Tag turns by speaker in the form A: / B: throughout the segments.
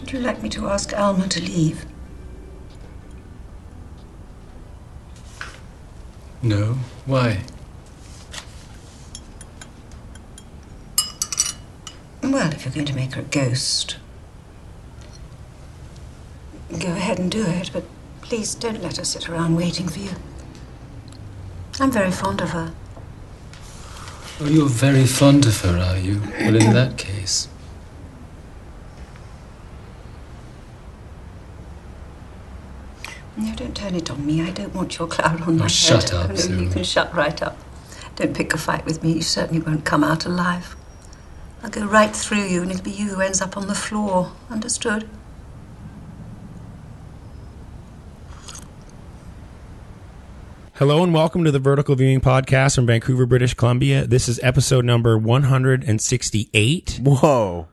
A: Would you like me to ask Alma to leave?
B: No. Why?
A: Well, if you're going to make her a ghost, go ahead and do it, but please don't let her sit around waiting for you. I'm very fond of her.
B: Oh, you're very fond of her, are you? Well, in that case.
A: No, don't turn it on me. I don't want your cloud on my
B: Oh,
A: head.
B: shut up,
A: no,
B: Sue.
A: You can shut right up. Don't pick a fight with me. You certainly won't come out alive. I'll go right through you, and it'll be you who ends up on the floor. Understood?
C: Hello and welcome to the Vertical Viewing Podcast from Vancouver, British Columbia. This is episode number 168.
D: Whoa.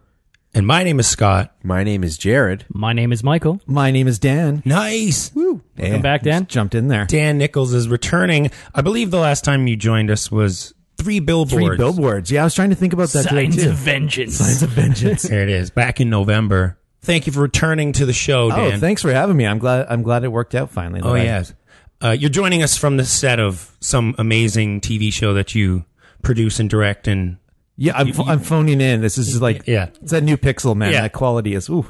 C: And my name is Scott.
D: My name is Jared.
E: My name is Michael.
F: My name is Dan.
C: Nice.
D: Woo.
E: Welcome back, Dan.
F: Jumped in there.
C: Dan Nichols is returning. I believe the last time you joined us was three billboards.
F: Three billboards. Yeah, I was trying to think about that today
E: Signs
F: too.
E: of vengeance.
F: Signs of vengeance.
C: There it is. Back in November. Thank you for returning to the show,
F: oh,
C: Dan.
F: thanks for having me. I'm glad. I'm glad it worked out finally.
C: Oh
F: that I-
C: yes, uh, you're joining us from the set of some amazing TV show that you produce and direct, and
F: Yeah, I'm, I'm phoning in. This is like
C: Yeah.
F: it's that new Pixel man.
C: Yeah.
F: That quality is ooh.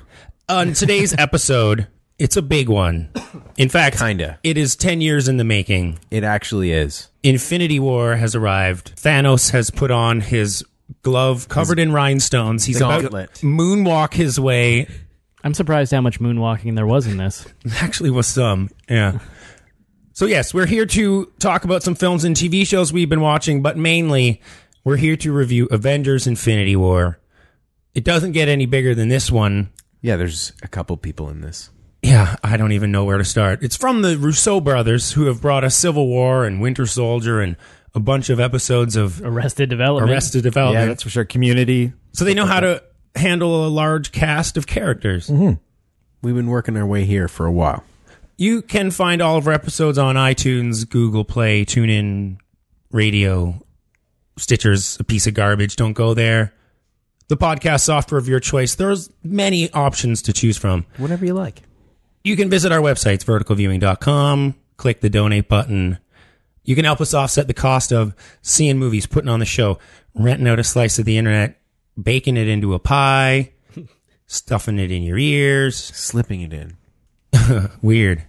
C: on today's episode, it's a big one. In fact,
D: Kinda.
C: it is ten years in the making.
D: It actually is.
C: Infinity War has arrived. Thanos has put on his glove covered in rhinestones. He's
D: The
C: about
D: gauntlet.
C: to moonwalk his way.
E: I'm surprised how much moonwalking there was in this.
C: Actually, was some yeah. So yes, we're here to talk about some films and TV shows we've been watching, but mainly we're here to review Avengers: Infinity War. It doesn't get any bigger than this one.
D: Yeah, there's a couple people in this.
C: Yeah, I don't even know where to start. It's from the Rousseau brothers, who have brought us Civil War and Winter Soldier and a bunch of episodes of
E: Arrested Development.
C: Arrested
F: yeah,
C: Development.
F: that's for sure. Community.
C: so they know how to handle a large cast of characters.
D: We've been working our way here for a while.
C: You can find all of our episodes on iTunes, Google Play, TuneIn, Radio, Stitcher's a piece of garbage. Don't go there. The podcast software of your choice. There's many options to choose from.
F: Whatever you like.
C: You can visit our websites, verticalviewing.com, click the donate button. You can help us offset the cost of seeing movies, putting on the show, renting out a slice of the internet, baking it into a pie, stuffing it in your ears.
D: Slipping it in.
C: Weird.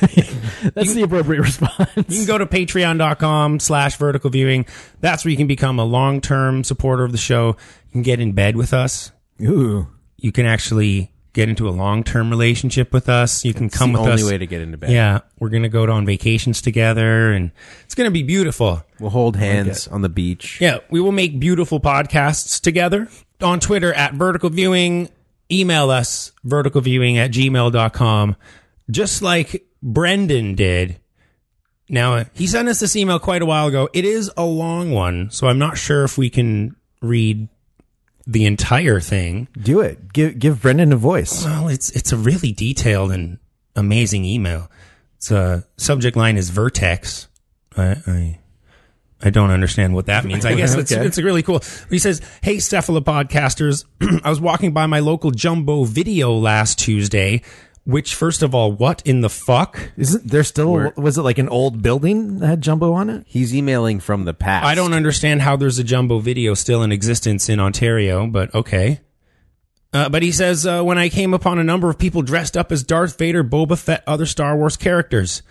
E: That's the appropriate response.
C: You can go to patreon.com slash vertical viewing. That's where you can become a long term supporter of the show. You can get in bed with us.
F: Ooh.
C: You can actually get into a long term relationship with us. You can
D: It's
C: come
D: the
C: with
D: only
C: us.
D: way to get into bed.
C: yeah, we're going to go on vacations together and it's going to be beautiful.
D: We'll hold hands on the beach.
C: Yeah, we will make beautiful podcasts together on Twitter at vertical viewing. Email us verticalviewing at gmail.com, just like Brendan did. Now, he sent us this email quite a while ago. It is a long one, so I'm not sure if we can read the entire thing.
F: Do it. Give give Brendan a voice.
C: Well, it's it's a really detailed and amazing email. It's uh, subject line is vertex. I, I I don't understand what that means. I guess it's
F: Okay.
C: it's really cool. He says, "Hey, cephalopodcasters, I was walking by my local Jumbo Video last Tuesday." Which, first of all, what in the fuck?
F: Isn't there still? was it like an old building that had jumbo on it?
D: He's emailing from the past.
C: I don't understand how there's a jumbo video still in existence in Ontario, but okay. Uh, but he says, uh, when I came upon a number of people dressed up as Darth Vader, Boba Fett, other Star Wars characters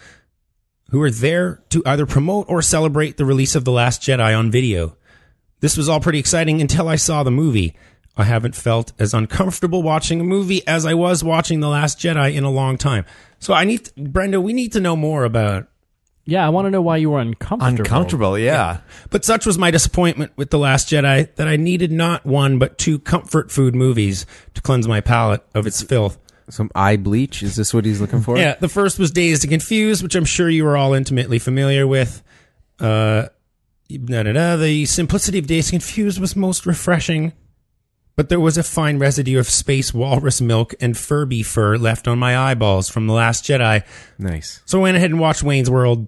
C: who were there to either promote or celebrate the release of The Last Jedi on video. This was all pretty exciting until I saw the movie. I haven't felt as uncomfortable watching a movie as I was watching The Last Jedi in a long time. So I need, Brenda, we need to know more about
E: yeah, I want to know why you were uncomfortable.
F: Uncomfortable. Yeah.
C: But such was my disappointment with The Last Jedi that I needed not one but two comfort food movies to cleanse my palate of its filth.
D: Some eye bleach. Is this what he's looking for?
C: Yeah, the first was Dazed and Confused, which I'm sure you are all intimately familiar with. Uh, da, da, da, the simplicity of Dazed and Confused was most refreshing, but there was a fine residue of space walrus milk and Furby fur left on my eyeballs from The Last Jedi.
D: Nice.
C: So I went ahead and watched Wayne's World.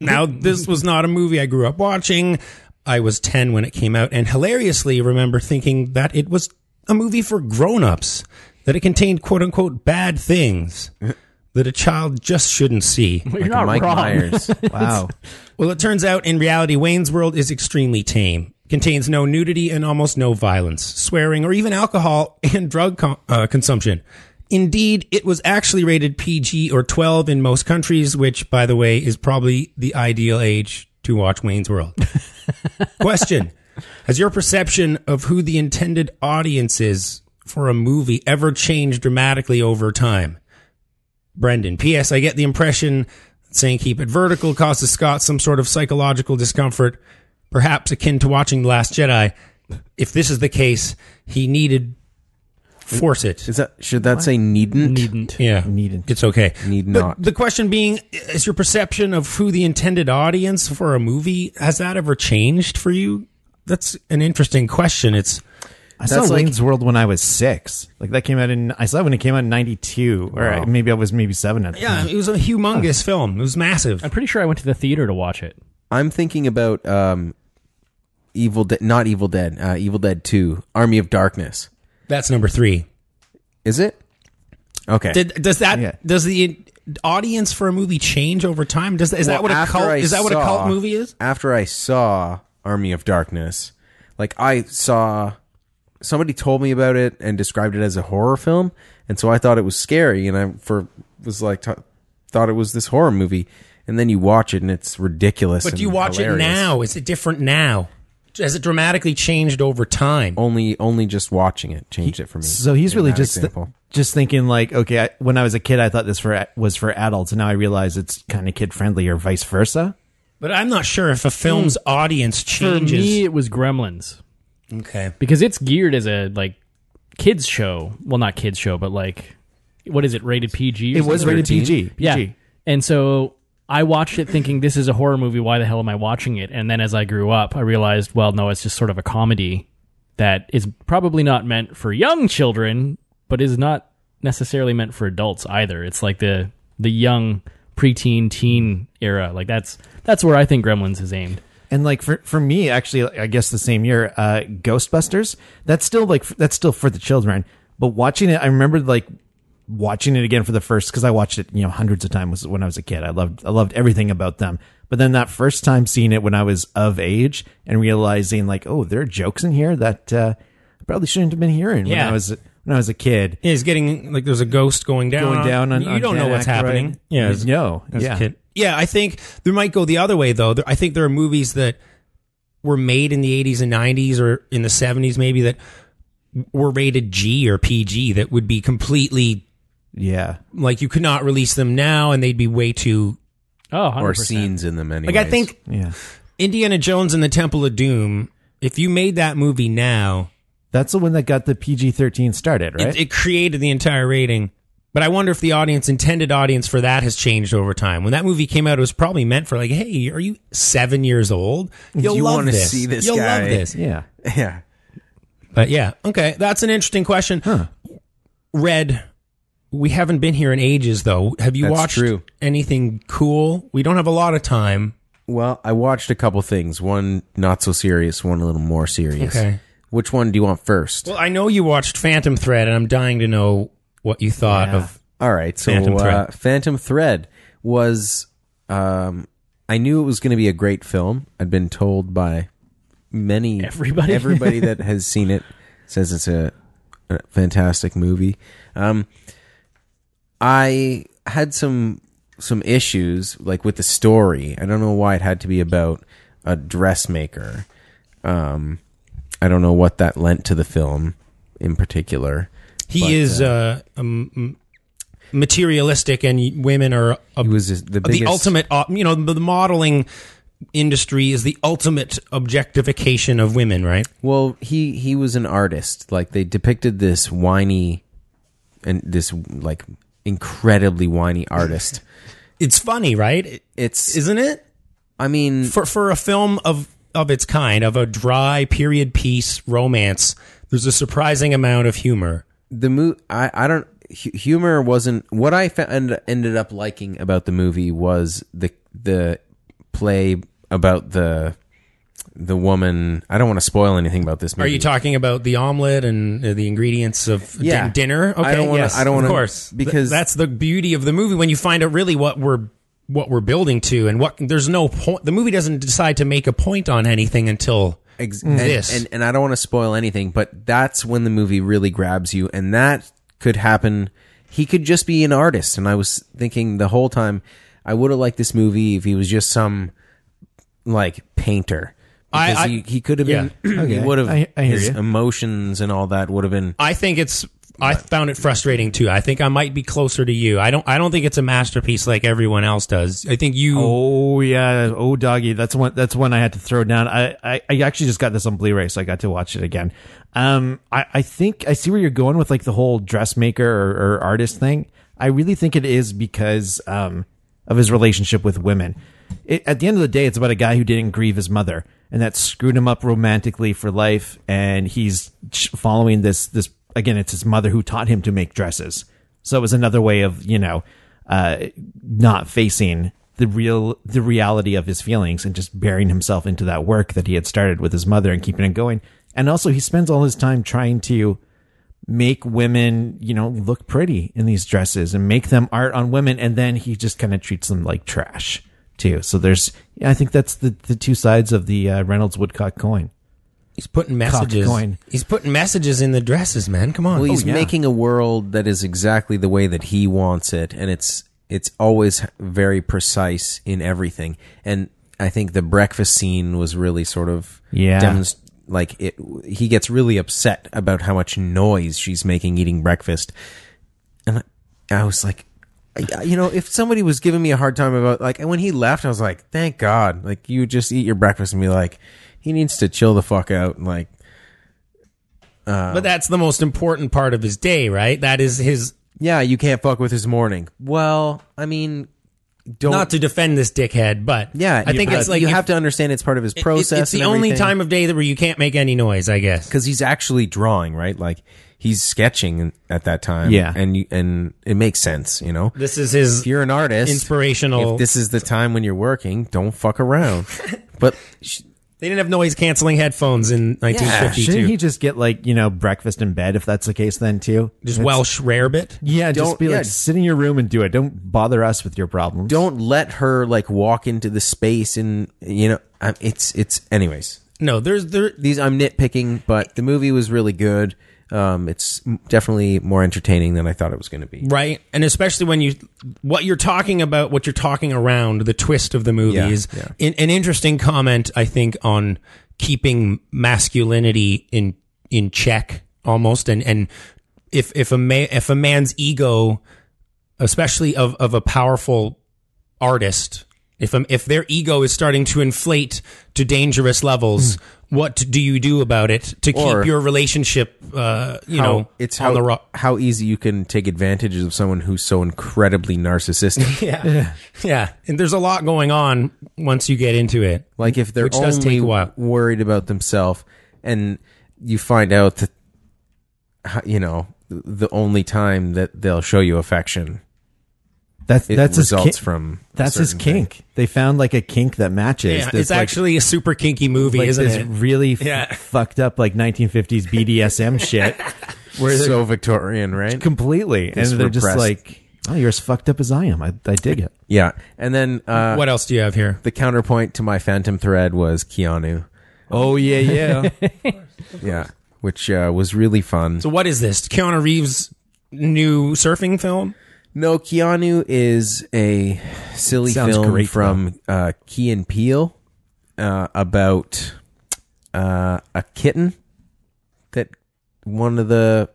C: Now, this was not a movie I grew up watching. I was 10 when it came out and hilariously remember thinking that it was a movie for grown ups. that it contained quote unquote bad things that a child just shouldn't see.
E: You're
D: Like
E: not
D: Mike
E: wrong.
D: Myers. Wow.
C: Well, it turns out in reality, Wayne's World is extremely tame. Contains no nudity and almost no violence, swearing, or even alcohol and drug con- uh, consumption. Indeed, it was actually rated PG or 12 in most countries, which, by the way, is probably the ideal age to watch Wayne's World. Question Has your perception of who the intended audience is for a movie ever changed dramatically over time? Brendan. P.S. I get the impression that saying keep it vertical causes Scott some sort of psychological discomfort, perhaps akin to watching The Last Jedi. If this is the case, he needed force it.
D: Is that should that say needn't?
E: Needn't.
C: Yeah,
F: Needn't.
C: It's okay.
D: Need
C: But
D: not.
C: The question being, is your perception of who the intended audience for a movie has that ever changed for you? That's an interesting question. It's
F: I saw
D: That's like-
F: Wayne's World when I was six. Like that came out in I saw it when it came out in '92, or
D: Wow.
F: maybe I was maybe seven at the
C: yeah,
F: time.
C: it was a humongous film. It was massive.
E: I'm pretty sure I went to the theater to watch it.
D: I'm thinking about um, Evil Dead, not Evil Dead, uh, Evil Dead Two, Army of Darkness.
C: That's number three.
D: Is it? Okay.
C: Did, does that
F: Yeah.
C: does the in- audience for a movie change over time? Does that, is that
D: Well,
C: what a
D: after
C: cult
D: I
C: is that what a
D: saw-
C: cult movie is?
D: After I saw Army of Darkness, like I saw somebody told me about it and described it as a horror film, and so I thought it was scary, and I for was like t- thought it was this horror movie, and then you watch it and it's ridiculous.
C: But
D: and
C: do you watch
D: hilarious.
C: it now? Is it different now? Has it dramatically changed over time?
D: Only, only just watching it changed it for me.
F: So he's
D: in
F: really
D: that
F: just
D: example.
F: just thinking like, okay, I, when I was a kid, I thought this for was for adults, and now I realize it's kind of kid friendly or vice versa.
C: But I'm not sure if a film's
D: Hmm.
C: audience
E: For
C: changes.
E: me, it was Gremlins
C: okay.
E: because it's geared as a like kids show. Well, not kids show, but like what is it? Rated PG. or
F: It was
E: something?
F: rated PG. PG.
E: Yeah. And so I watched it thinking this is a horror movie. Why the hell am I watching it? And then as I grew up, I realized, well, no, it's just sort of a comedy that is probably not meant for young children, but is not necessarily meant for adults either. It's like the the young preteen teen era. Like that's that's where I think Gremlins is aimed.
F: And like for for me, actually, I guess the same year, uh, Ghostbusters. That's still like f- that's still for the children. But watching it, I remember like watching it again for the first because I watched it you know hundreds of times when I was a kid. I loved I loved everything about them. But then that first time seeing it when I was of age and realizing like, oh, there are jokes in here that uh, I probably shouldn't have been hearing when
C: Yeah.
F: I was when I was a kid.
C: Yeah, it's getting like there's a ghost going down.
F: Going down on-
C: you
F: on
C: don't
F: Dan
C: know what's
F: Aykroyd.
C: happening. Yeah, it's-
F: No,
C: as a
F: yeah.
C: kid. Yeah, I think there might go the other way though. There- I think there are movies that were made in the 80s and 90s or in the 70s maybe that were rated G or PG that would be completely
F: Yeah,
C: like you could not release them now and they'd be way too
E: Oh,
D: or
E: 100%.
D: scenes in them. Anyways.
C: like I think
F: yeah.
C: Indiana Jones and the Temple of Doom if you made that movie now
F: That's the one that got the PG thirteen started, right?
C: it, it created the entire rating. But I wonder if the audience, intended audience for that, has changed over time. When that movie came out, it was probably meant for like, hey, are you seven years old? You'll
D: You
C: love
D: wanna
C: this.
D: see this
C: You'll
D: guy."
C: love this.
F: yeah.
D: yeah.
C: But yeah, okay, that's an interesting question. Red, we haven't been here in ages, though. Have you
D: That's
C: watched
D: true.
C: anything cool? We don't have a lot of time.
D: Well, I watched a couple things. One not so serious, one a little more serious.
C: Okay.
D: Which one do you want first?
C: Well, I know you watched Phantom Thread, and I'm dying to know what you thought of.
D: All right. So
C: Phantom
D: Phantom Thread, uh,
C: Thread.
D: Phantom Thread was. Um, I knew it was going to be a great film. I'd been told by many
E: Everybody.
D: everybody that has seen it says it's a, a fantastic movie. Um, I had some some issues like with the story. I don't know why it had to be about a dressmaker. Um, I don't know what that lent to the film in particular.
C: He
D: But,
C: is uh, um, m- materialistic, and y- women are a
D: It was just the
C: the
D: biggest-
C: ultimate op- you know the, the modeling industry is the ultimate objectification of women right
D: Well, he he was an artist. Like they depicted this whiny and this like incredibly whiny artist.
C: it's funny right It-
D: It's
C: isn't it
D: I mean
C: for for a film of of its kind of a dry period piece romance there's a surprising amount of humor
D: the mo I I don't hu- humor wasn't what I found ended up liking about the movie was the the play about the the woman. I don't want to spoil anything about this movie.
C: Are you talking about the omelet and uh, the ingredients of din-
D: Yeah.
C: dinner? Okay,
D: I don't wanna-
C: yes,
D: I don't
C: of
D: wanna-
C: course Th-
D: because-
C: that's the beauty of the movie when you find out really what we're what we're building to and what there's no point. The movie doesn't decide to make a point on anything until
D: Ex- and,
C: This.
D: and, and I don't want to spoil anything, but that's when the movie really grabs you, and that could happen. He could just be an artist, and I was thinking the whole time, I would have liked this movie if he was just some like painter.
C: I-
D: Because
C: I-
D: he, he could have been, he
F: Okay.
D: would have,
F: I- I hear
D: his
F: you.
D: emotions and all that would have been.
C: I think it's. I found it frustrating too. I think I might be closer to you. I don't. I don't think it's a masterpiece like everyone else does. I think you.
F: Oh yeah, oh doggy. That's one. That's one I had to throw down. I, I, I actually just got this on Blu-ray, so I got to watch it again. Um, I, I think I see where you're going with like the whole dressmaker or, or artist thing. I really think it is because um of his relationship with women. It, at the end of the day, it's about a guy who didn't grieve his mother, and that screwed him up romantically for life. And he's ch- following this this again. It's his mother who taught him to make dresses. So it was another way of you know uh, not facing the real the reality of his feelings and just burying himself into that work that he had started with his mother and keeping it going. And also, he spends all his time trying to make women, you know, look pretty in these dresses and make them art on women. And then he just kind of treats them like trash too. So there's, I think that's the, the two sides of the uh, Reynolds Woodcock coin.
C: He's putting messages.
F: coin.
C: He's putting messages in the dresses, man. Come on. Oh,
D: Well, he's
F: Oh, yeah.
D: making a world that is exactly the way that he wants it, and it's it's always very precise in everything. And I think the breakfast scene was really sort of
F: Yeah.
D: demonst- like it. He gets really upset about how much noise she's making eating breakfast, and I, I was like. I- I- You know, if somebody was giving me a hard time about like, and when he left, I was like, "Thank God!" Like, you just eat your breakfast and be like, "He needs to chill the fuck out." And like,
C: but that's the most important part of his day, right? That is his.
D: Yeah, you can't fuck with his morning. Well, I mean, don't.
C: Not to defend this dickhead, but
D: yeah,
C: I think
D: but
C: it's like
D: you
C: if-
D: have to understand it's part of his
C: it-
D: process.
C: It's the only time of day that where you can't make any noise, I guess.
D: because he's actually drawing, right? Like he's sketching at that time.
F: Yeah.
D: and you, and it makes sense, you know.
C: This is his
D: If you're an artist,
C: inspirational.
D: If this is the time when you're working, don't fuck around. but
C: they didn't have noise canceling headphones in 1952.
F: Shouldn't he just get like, you know, breakfast in bed if that's the case then too?
C: just Welsh rarebit.
F: Yeah,
D: Don't-
F: just be like,
D: yeah.
F: sit in your room and do it. Don't bother us with your problems.
D: don't let her like walk into the space and you know. I- It's it's anyways.
C: No, there's there.
D: these I'm nitpicking, but the movie was really good. Um, it's m- definitely more entertaining than I thought it was going to be.
C: Right. And especially when you, what you're talking about, what you're talking around, the twist of the movie
D: Yeah,
C: is
D: yeah.
C: In, an interesting comment, I think, on keeping masculinity in, in check almost. And, and if, if a man, if a man's ego, especially of, of a powerful artist, if, um, if their ego is starting to inflate to dangerous levels, what do you do about it to
D: Hmm. Or-
C: keep your relationship, uh, you
D: How-
C: know,
D: it's
C: on
D: how
C: the rock?
D: how easy you can take advantage of someone who's so incredibly narcissistic.
C: Yeah. Yeah. And there's a lot going on once you get into it.
D: like if they're
C: Which
D: only
C: does take a while.
D: worried about themselves, and you find out that how- you know th- the only time that they'll show you affection
F: That's,
D: it
F: that's his
D: results
F: kink.
D: from a
F: That's his
D: certain thing.
F: kink. They found like a kink that matches.
C: Yeah,
F: This,
C: it's
F: like-
C: actually a super kinky movie,
F: like
C: isn't
F: this
C: it?
F: really f-
C: Yeah.
F: fucked up like 1950s BDSM shit. Where they're
D: so Victorian, right?
F: completely, and
D: This
F: they're just
D: repressed-
F: like, "Oh, you're as fucked up as I am." I, I dig it.
D: yeah, and then uh,
C: what else do you have here?
D: the counterpoint to my phantom thread was Keanu.
F: Oh yeah, yeah.
D: Yeah, which uh, was really fun.
C: So what is this? Keanu Reeves' new surfing film?
D: no, Keanu is a silly
F: Sounds
D: film
F: great,
D: from uh, Key and Peele uh, about uh, a kitten that one of the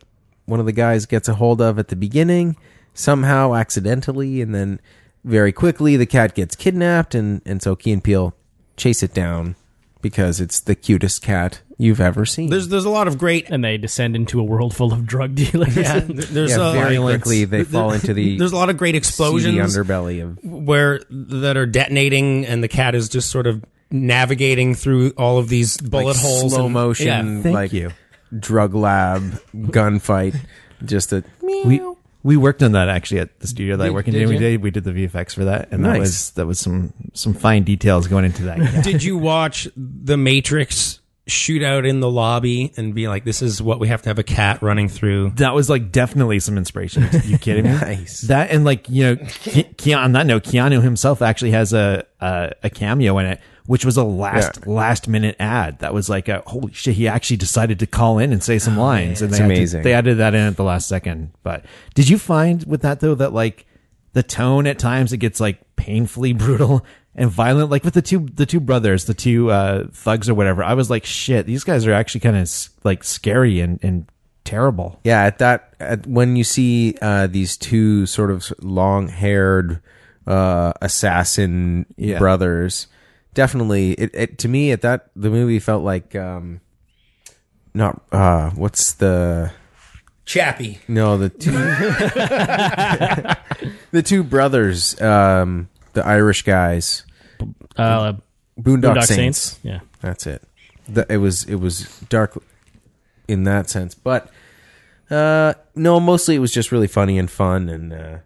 D: one of the guys gets a hold of at the beginning somehow accidentally, and then very quickly the cat gets kidnapped, and and so Key and Peele chase it down because it's the cutest cat you've ever seen.
C: There's there's a lot of great
E: and they descend into a world full of drug dealers.
C: yeah, there's uh,
D: yeah,
C: a
D: very quickly they fall into the
C: there's a lot of great
D: seedy
C: explosions
D: underbelly of
C: where that are detonating and the cat is just sort of navigating through all of these bullet
D: like
C: holes
D: slow
C: and-
D: motion,
C: Yeah.
F: Thank
D: like
F: you.
D: drug lab gunfight. Just a
F: We We worked on that actually at the studio that I work in.
B: did
F: and We
B: you?
F: did we did the VFX for that, and that
D: Nice.
F: was that was some some fine details going into that. Yeah.
C: Did you watch The Matrix shoot out in the lobby and be like, this is what we have to have a cat running through?
F: that was like definitely some inspiration. you kidding me?
D: Nice.
F: That and like you know, Ke- Keanu, on that note, Keanu himself actually has a a, a cameo in it, which was a last last minute ad. That was like a holy shit. He actually decided to call in and say some lines, and they
D: Ah, It's
F: had to-
D: amazing.
F: they added that in at the last second. But did you find with that though that like the tone at times it gets like painfully brutal and violent, like with the two the two brothers, the two uh, thugs or whatever. I was like, shit, these guys are actually kind of like scary and and terrible.
D: Yeah, at that at, when you see uh, these two sort of long-haired uh, assassin
F: Yeah.
D: brothers, definitely it, it to me at that the movie felt like um, not uh, what's the
C: Chappie.
D: no the two the two brothers um, the Irish guys
E: Uh,
D: Boondock,
E: Boondock
D: Saints.
E: Saints. Yeah.
D: That's it. The, it was it was dark in that sense, but uh, no, mostly it was just really funny and fun, and uh,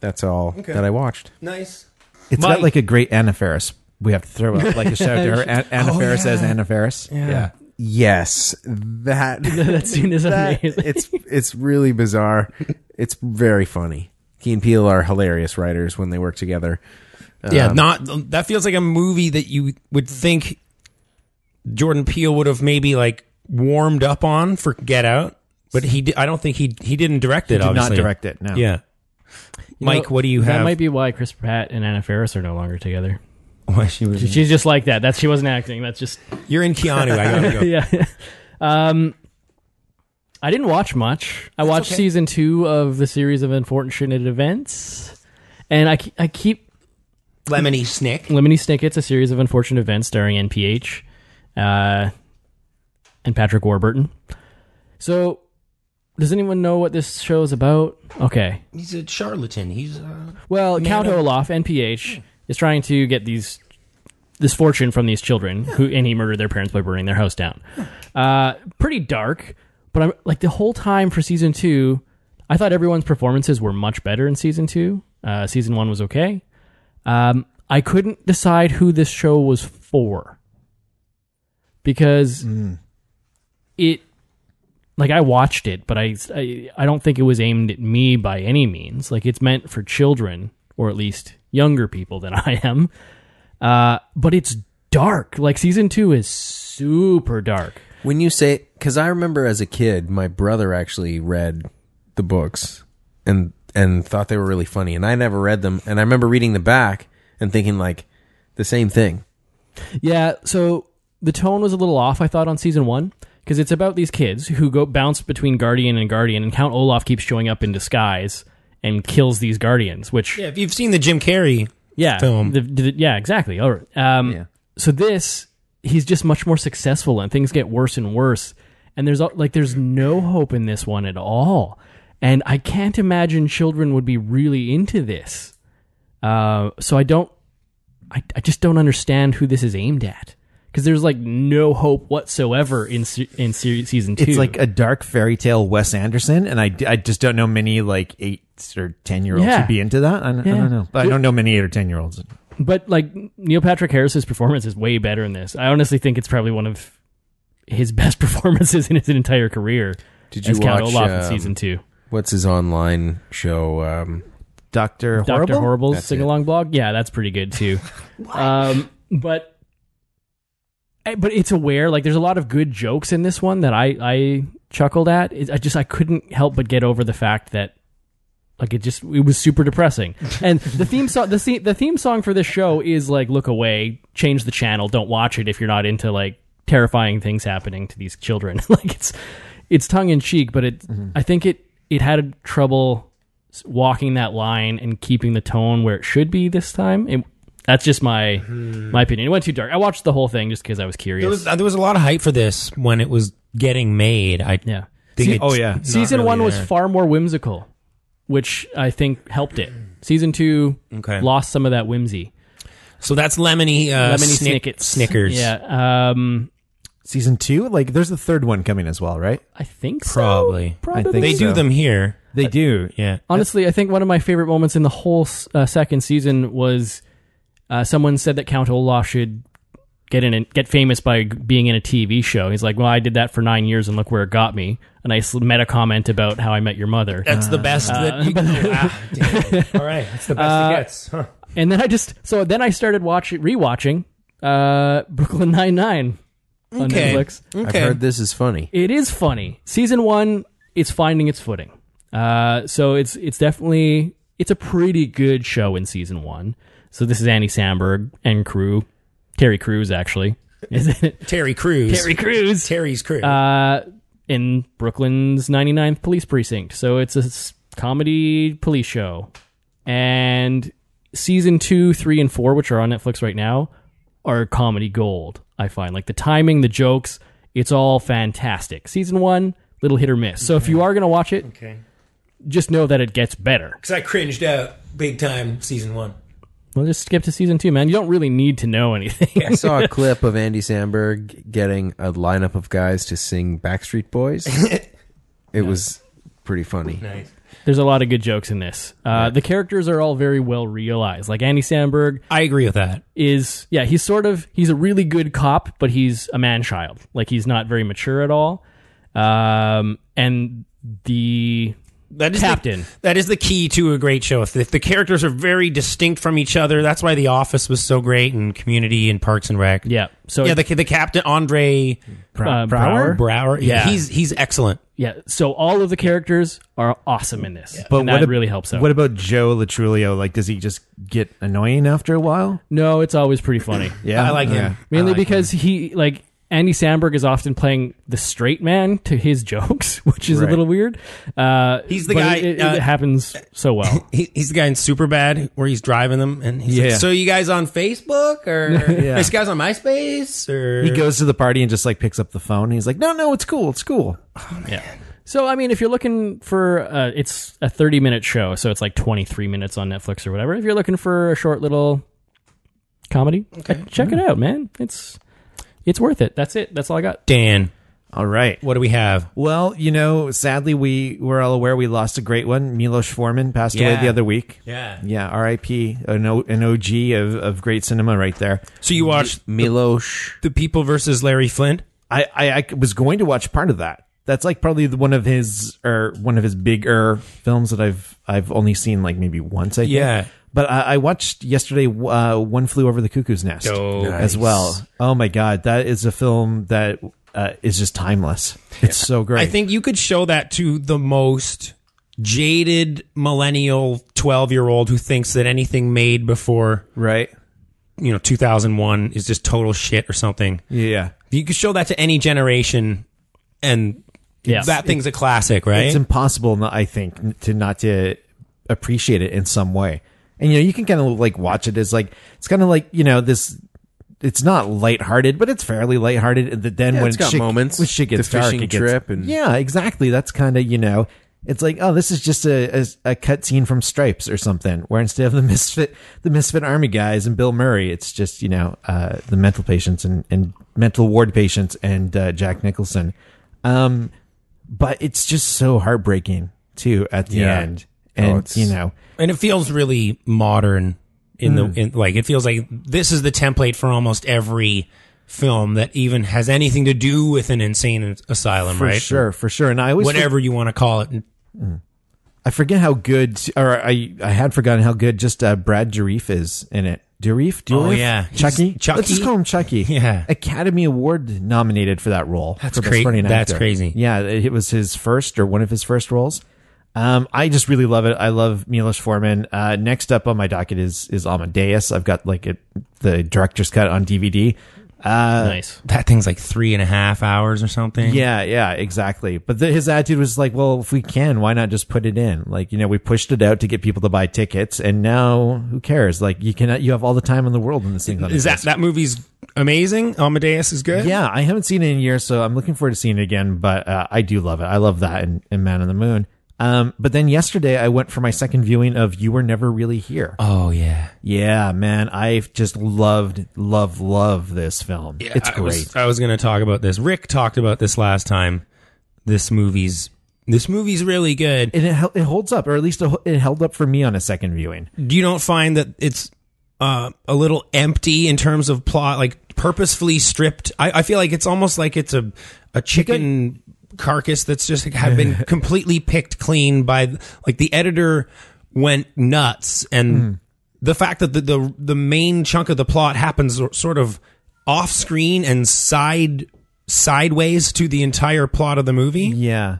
D: that's all that I watched.
C: Nice.
F: It's
E: Mike.
F: got like a great Anna Faris. We have to throw up like a shout out to her. An-
E: Oh,
F: Anna Faris as Anna Faris. Yeah.
D: Yes, that
E: That scene is
D: that-
E: amazing.
D: It's it's really bizarre. It's very funny. Key and Peele are hilarious writers when they work together.
C: Yeah, not that feels like a movie that you would think Jordan Peele would have maybe like warmed up on for Get Out, but he di- I don't think he he didn't direct it.
F: Did
C: obviously,
F: not direct it. No.
C: Yeah,
E: You
C: Mike,
E: know,
C: what do you have?
E: That might be why Chris Pratt and Anna Faris are no longer together.
C: why she was.
E: She's just like that. That she wasn't acting. That's just
C: You're in Keanu. I gotta go.
E: yeah. Um, I didn't watch much. I watched season two of the series of unfortunate events, and I ke- I keep
C: Lemony Snick.
E: Lemony Snicket's a series of unfortunate events starring NPH, uh, and Patrick Warburton. So, does anyone know what this show is about? Okay,
C: He's a charlatan. He's uh,
E: well, Count Olaf, NPH, is trying to get these this fortune from these children who and he murdered their parents by burning their house down. Uh, pretty dark, but I'm like the whole time for season two, I thought everyone's performances were much better in season two. Uh, season one was okay. Um, I couldn't decide who this show was for because it like I watched it, but I, I I don't think it was aimed at me by any means. Like it's meant for children or at least younger people than I am. Uh, but it's dark. Like season two is super dark.
D: When you say, because I remember as a kid, my brother actually read the books and and thought they were really funny, and I never read them. And I remember reading the back and thinking like the same thing.
E: Yeah. So the tone was a little off. I thought on season one because it's about these kids who go bounce between guardian and guardian, and Count Olaf keeps showing up in disguise and kills these guardians, which
C: yeah. If you've seen the Jim Carrey,
E: yeah,
C: film.
E: the- the- yeah, exactly. All right. Um, So this, he's just much more successful, and things get worse and worse. And there's al- like there's no hope in this one at all. And I can't imagine children would be really into this. Uh, so I don't, I, I just don't understand who this is aimed at because there's like no hope whatsoever in se- in se- season two.
F: It's like a dark fairy tale Wes Anderson, and I, I just don't know many like eight or ten year olds
E: Yeah.
F: who'd be into that. I, don't- I
E: Yeah.
F: don't know, but I don't know many eight or ten year olds.
E: but like Neil Patrick Harris's performance is way better in this. I honestly think it's probably one of his best performances in his entire career.
D: Did
E: as
D: you
E: Count
D: watch,
E: Olaf in
D: um,
E: season two?
D: What's his online show? Um,
F: Doctor
E: Doctor
F: Horrible.
E: Horrible's
D: That's
E: sing along blog. Yeah, that's pretty good too. um, but eh, but it's aware. Like there's a lot of good jokes in this one that I I chuckled at. It, I just I couldn't help but get over the fact that like it just it was super depressing. And the theme song the theme, the theme song for this show is like look away, change the channel, don't watch it if you're not into like terrifying things happening to these children. like it's it's tongue in cheek, but it I think it it had trouble s- walking that line and keeping the tone where it should be this time. It, that's just my my opinion. It went too dark. I watched the whole thing just because I was curious.
C: there was uh, there was a lot of hype for this when it was getting made. I
E: yeah.
C: think
E: See-
C: it's
F: oh, yeah.
C: not
E: season
C: really
E: one was
C: there.
E: far more whimsical, which I think helped it. Season two
C: Okay.
E: lost some of that whimsy.
C: so that's Lemony uh,
E: Lemony
C: Snick-
E: Snickets.
C: Snickers.
E: Yeah. Um,
F: season two. Like, there's a third one coming as well, right?
E: I think so.
C: Probably.
E: Probably.
F: I think
C: They do
F: so.
C: them here.
F: They do.
C: Yeah.
E: Honestly, I think one of my favorite moments in the whole s- uh, second season was uh, someone said that Count Olaf should get in and get famous by g- being in a TV show. He's like, "Well, I did that for nine years, and look where it got me." And I sl- meta comment about how I met your mother,
C: That's the best that you ah, damn. All right. That's the best it gets. Huh.
E: and then I just so then I started watching rewatching uh, Brooklyn Nine Nine on
C: Okay.
E: Netflix.
D: I've
C: Okay.
D: heard this is funny.
E: It is funny. Season one is finding its footing. Uh, so it's it's definitely it's a pretty good show in season one. So this is Andy Samberg and crew, Terry Crews actually, is it?
C: Terry Crews.
E: Terry Crews
C: Terry's crew.
E: uh, in Brooklyn's 99th police precinct. So it's a s- comedy police show. And season two, three, and four, which are on Netflix right now, are comedy gold, I find. Like the timing, the jokes, it's all fantastic. Season one, little hit or miss. So if you are going to watch it,
C: okay.
E: just know that it gets better.
C: Because I cringed out big time season one.
E: Well, just skip to season two, man. You don't really need to know anything.
D: I saw a clip of Andy Samberg getting a lineup of guys to sing Backstreet Boys. it was pretty funny.
C: Nice.
E: There's a lot of good jokes in this. Uh, the characters are all very well realized. Like Andy Sandberg,
C: I agree with that.
E: is yeah he's sort of he's a really good cop but he's a man child like he's not very mature at all um and the
C: That is
E: Captain.
C: The, that is the key to a great show. If the, if the characters are very distinct from each other, that's why The Office was so great, and Community, and Parks and Rec.
E: yeah so
C: yeah. The the captain Andre
E: Uh, Brower?
C: Brower. Brower. Yeah.
E: Yeah.
C: he's he's excellent.
E: yeah so all of the characters are awesome in this but and that
F: ab-
E: really helps out
F: What about Joe Latrulio? Like, does he just get annoying after a while?
E: no it's always pretty funny
F: Yeah,
C: I like him.
E: mainly because he like Andy Samberg is often playing the straight man to his jokes, which is a
D: Right.
E: little weird. Uh,
C: He's the
E: but
C: guy,
E: It, it-
C: uh,
E: it happens so well.
C: He, he's the guy in Superbad where he's driving them, and he's like,
F: Yeah.
C: "So you guys on Facebook or
F: Yeah.
C: this guy's on MySpace or
F: He goes to the party and just like picks up the phone. And he's like, "No, no, it's cool, it's cool."
E: Yeah. So I mean, if you're looking for, uh, it's a 30 minute show, so it's like 23 minutes on Netflix or whatever. If you're looking for a short little comedy, uh, check
C: Mm-hmm.
E: it out, man. It's it's worth it. That's it. That's all I got.
C: Dan,
F: All right.
C: what do we have?
F: Well, you know, sadly, we were all aware we lost a great one. Milos Forman passed
C: Yeah.
F: away the other week.
C: Yeah.
F: Yeah, R.I.P. An, o- an OG of, of great cinema, right there.
C: So you watched
D: Milosh.
C: The People versus Larry Flynn?
F: I, I, I was going to watch part of that. That's like probably the, one of his or one of his bigger films that I've I've only seen like maybe once. I think.
C: Yeah.
F: But I, I watched yesterday. Uh, One flew over the cuckoo's nest
C: Dope.
F: as well. Oh my god, that is a film that uh, is just timeless. It's so great.
C: I think you could show that to the most jaded millennial 12 year old who thinks that anything made before,
F: right.
C: you know, 2001 is just total shit or something.
F: Yeah.
C: You could show that to any generation and
E: Yeah.
C: that thing's a classic, right?
F: It's impossible, not, I think, to not to appreciate it in some way. And you know, you can kind of like watch it as like it's kind of like you know this. It's not lighthearted, but it's fairly lighthearted. And then
D: Yeah,
F: when
D: it's got
F: shit,
D: moments.
F: when shit gets
D: The
F: dark,
D: fishing
F: it gets-
D: trip and-
F: yeah, exactly. That's kind of you know. It's like, oh, this is just a, a, a cut scene from Stripes or something, where instead of the misfit, the misfit army guys and Bill Murray, it's just you know uh, the mental patients and, and mental ward patients and uh, Jack Nicholson. Um, but it's just so heartbreaking too at the
C: Yeah. Oh,
F: end and
D: it's-
F: you know
C: and it feels really modern in the in, like it feels like this is the template for almost every film that even has anything to do with an insane asylum,
F: for
C: right?
F: sure for sure and i always
C: Whatever you want to call it.
F: i forget how good or i i had forgotten how good just uh, brad Dourif is in it Dourif, Dourif?
C: Oh, yeah. He's-
F: Chucky.
C: Chucky.
F: Let's just call him Chucky.
C: Yeah.
F: Academy Award nominated for that role.
C: That's
F: for Best
C: cra-
F: Supporting
C: that's
F: Actor.
C: crazy.
F: Yeah, it it was his first or one of his first roles. Um, I just really love it. I love Milos Forman. Uh, next up on my docket is is Amadeus. I've got like a, the director's cut on DVD. Uh,
E: nice.
C: That thing's like three and a half hours or something.
F: Yeah, yeah, exactly. But the, his attitude was like, well, if we can, why not just put it in? Like, you know, we pushed it out to get people to buy tickets, and now who cares? Like, you can you have all the time in the world when this thing
C: Is that that movie's amazing? Amadeus is good.
F: Yeah, I haven't seen it in years, so I'm looking forward to seeing it again. But uh, I do love it. I love that and, and Man on the Moon. Um, but then yesterday I went for my second viewing of You Were Never Really Here.
C: Oh yeah,
F: Yeah, man, I just loved, love, love this film. it's
C: I
F: great.
C: was, I was going to talk about this. Rick talked about this last time. This movie's this movie's really good.
F: and it, hel- it holds up, or at least it hel- it held up for me on a second viewing.
C: you don't find that it's uh, a little empty in terms of plot, like purposefully stripped. I, I feel like it's almost like it's a a chicken carcass that's just have been completely picked clean by like the editor went nuts and the fact that the, the the main chunk of the plot happens sort of off screen and side sideways to the entire plot of the movie.
F: Yeah.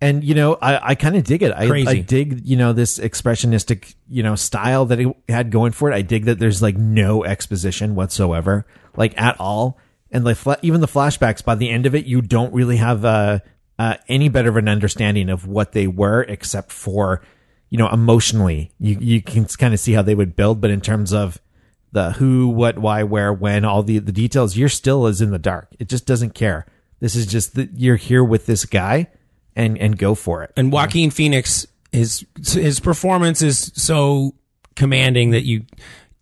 F: And you know, I, I kind of dig it. I,
C: Crazy.
F: I dig, you know, this expressionistic, you know, style that it had going for it. I dig that there's like no exposition whatsoever, like at all. And like fla- even the flashbacks by the end of it, you don't really have uh, uh, any better of an understanding of what they were, except for, you know, emotionally, you you can kind of see how they would build, but in terms of the who, what, why, where, when, all the the details, you're still is in the dark. It just doesn't care. This is just that you're here with this guy, and and go for it.
C: and Joaquin Phoenix his his performance is so commanding that you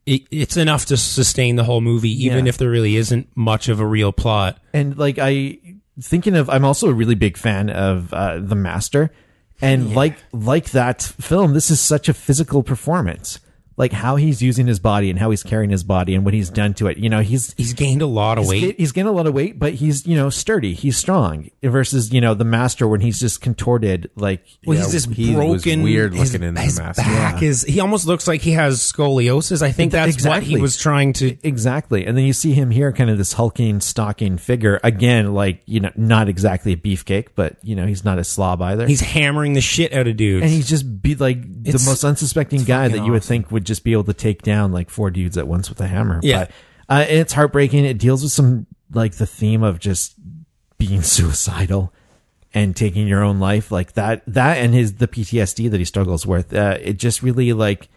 C: it, it's enough to sustain the whole movie even
F: Yeah.
C: if there really isn't much of a real plot.
F: And like I thinking of, I'm also a really big fan of uh, The Master, and like like that film, this is such a physical performance. Like how he's using his body and how he's carrying his body and what he's done to it. You know, he's
C: He's gained a lot of
F: He's
C: weight.
F: ga- He's gained a lot of weight, but he's you know sturdy. He's strong versus you know the master when he's just contorted like
C: Well,
F: you
C: he's
F: know,
C: this
D: he was
C: broken.
D: weird
C: his-
D: looking in The
C: his
D: Master.
C: back is. He almost looks like he has scoliosis. I think that's what
F: Exactly.
C: he was trying to.
F: exactly. And then you see him here, kind of this hulking, stalking figure again, like you know not exactly a beefcake, but you know he's not a slob either.
C: He's hammering the shit out of dudes.
F: and he's just be like the
C: It's-
F: most unsuspecting guy that you would
C: awesome.
F: think would just be able to take down like four dudes at once with a hammer.
C: Yeah.
F: But, uh, and it's heartbreaking. It deals with some like the theme of just being suicidal and taking your own life like that. That and his the PTSD that he struggles with. Uh, it just really like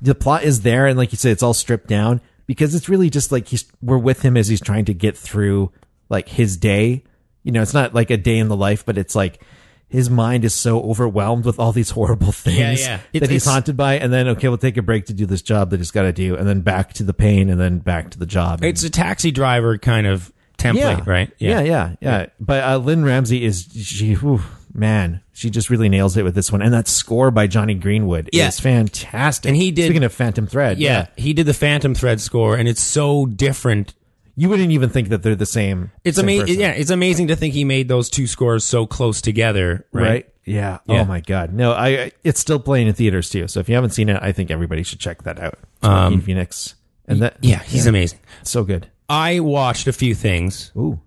F: the plot is there, and like you say, it's all stripped down because it's really just like he's we're with him as he's trying to get through like his day. You know, it's not like a day in the life, but it's like his mind is so overwhelmed with all these horrible things
C: yeah.
F: that
C: It's-
F: he's
C: it's-
F: haunted by, and then okay, we'll take a break to do this job that he's got to do, and then back to the pain, and then back to the job.
C: it's a taxi driver kind of template, right?
F: Yeah. yeah, yeah, But uh, Lynn Ramsey is she, whew, man, she just really nails it with this one, and that score by Johnny Greenwood
C: Yeah.
F: is fantastic.
C: And he did-
F: Speaking of Phantom Thread,
C: yeah. He did the Phantom Thread score, and it's so different
F: you wouldn't even think that they're the same.
C: It's
F: same
C: amazing.
F: person,
C: Yeah, it's amazing to think he made those two scores so close together, right?
F: right? Yeah.
C: Yeah.
F: Oh my God. No, I. I- It's still playing in theaters too. So if you haven't seen it, I think everybody should check that out. It's Joaquin Phoenix, and that
C: Um, Yeah, he's amazing.
F: so good.
C: I watched a few things
F: Ooh.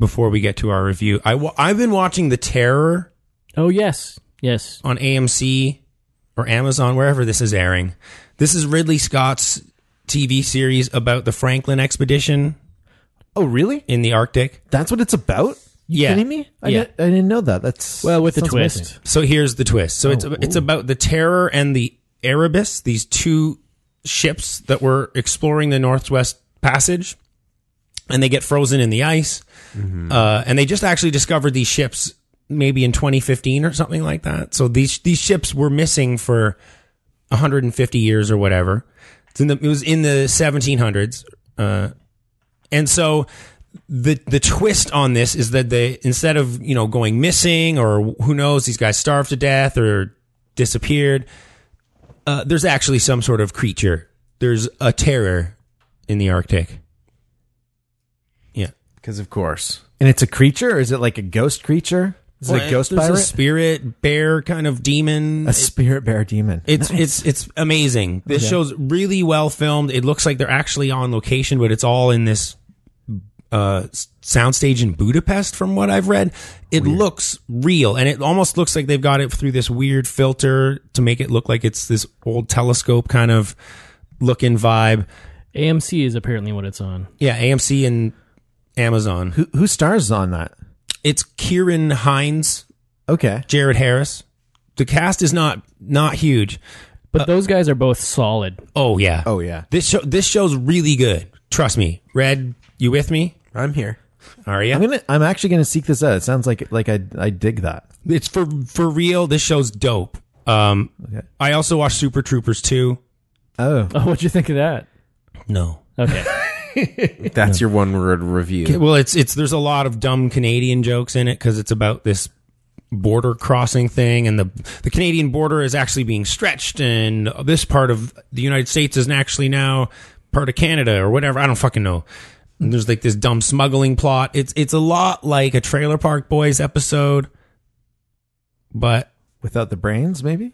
C: before we get to our review. I wa- I've been watching The Terror
E: Oh yes, yes.
C: on AMC or Amazon, wherever this is airing. This is Ridley Scott's TV series about the Franklin expedition
F: Oh really?
C: in the Arctic.
F: That's what it's about? You
C: Yeah.
F: kidding me? I,
C: Yeah.
F: didn't, I didn't know that. That's
E: Well, with a
F: sounds
E: twist.
F: amazing.
C: So here's the twist. So it's it's about the Terror and the Erebus, these two ships that were exploring the Northwest Passage, and they get frozen in the ice. Uh, and they just actually discovered these ships maybe in 2015 or something like that. So these these ships were missing for 150 years or whatever. It's in the it was in the 1700s, uh, and so the the twist on this is that they instead of you know going missing or who knows these guys starved to death or disappeared uh, there's actually some sort of creature there's a terror in the arctic yeah
D: Because of course,
F: And it's a creature? Or is it like a ghost creature? Is it a ghost
C: there's
F: pirate?
C: a spirit bear kind of demon
F: A spirit bear demon.
C: it's it's it's amazing this show's really well filmed it looks like they're actually on location but it's all in this uh, s- soundstage in Budapest, from what I've read. It looks real, and it almost looks like they've got it through this weird filter to make it look like it's this old telescope kind of looking vibe.
E: AMC is apparently what it's on.
C: Yeah, AMC and Amazon.
F: who, who stars on that?
C: It's Kieran Hines,
F: Okay.
C: Jared Harris. The cast is not not huge. Uh,
E: But those guys are both solid.
C: Oh yeah,
F: Oh, yeah.
C: This show this show's really good. Trust me, Red. You with me?
D: I'm here.
C: Arya.
F: I'm gonna. I'm actually gonna seek this out. It sounds like like I I dig that.
C: it's for for real. This show's dope. Um, I also watched Super Troopers 2.
F: Oh,
E: Oh, what'd you think of that?
C: No.
E: Okay.
D: That's your one word
C: Okay,
D: review.
C: well, it's it's there's a lot of dumb Canadian jokes in it because it's about this border crossing thing, and the the Canadian border is actually being stretched, and this part of the United States is actually now part of Canada or whatever. I don't fucking know. And there's like this dumb smuggling plot. It's it's a lot like a Trailer Park Boys episode, but
F: without the brains, maybe.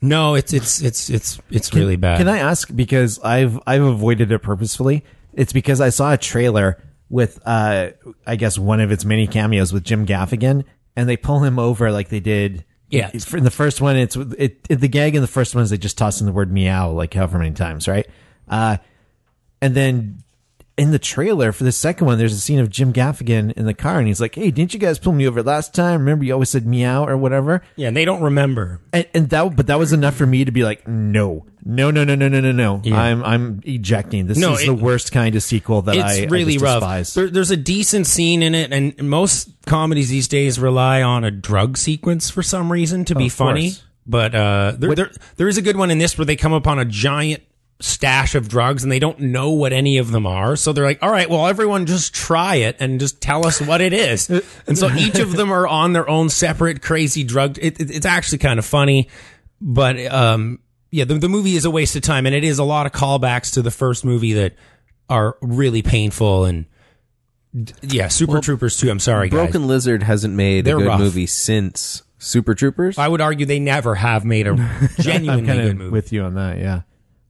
C: no, it's it's it's it's it's really bad.
F: Can I ask because I've I've avoided it purposefully? It's because I saw a trailer with uh I guess one of its many cameos with Jim Gaffigan, and they pull him over like they did.
C: Yeah.
F: It's- in the first one, it's it, it the gag in the first one is they just toss in the word meow like however many times, right? Uh, and then in the trailer for the second one, there's a scene of Jim Gaffigan in the car, and he's like, "Hey, didn't you guys pull me over last time? Remember you always said meow or whatever."
C: Yeah, and they don't remember.
F: and, and that but that was enough for me to be like no no no no no no no no i'm i'm ejecting this
C: No,
F: is
C: it-
F: the worst kind of sequel that i I
C: it's really
F: just
C: rough.
F: despise.
C: There, there's a decent scene in it, and most comedies these days rely on a drug sequence for some reason to be
F: of course.
C: funny. But uh, there, there, there is a good one in this where they come upon a giant stash of drugs and they don't know what any of them are. So they're like, all right, well, everyone just try it and just tell us what it is. and so each of them are on their own separate crazy drug. It, it, it's actually kind of funny, but um, yeah, the, the movie is a waste of time and it is a lot of callbacks to the first movie that are really painful and yeah, Super Troopers too. I'm sorry, guys.
D: Broken Lizard hasn't made a
C: They're
D: good
C: rough.
D: movie since Super Troopers.
C: I would argue they never have made a genuinely
F: i'm kind
C: good
F: of
C: movie.
F: with you on that yeah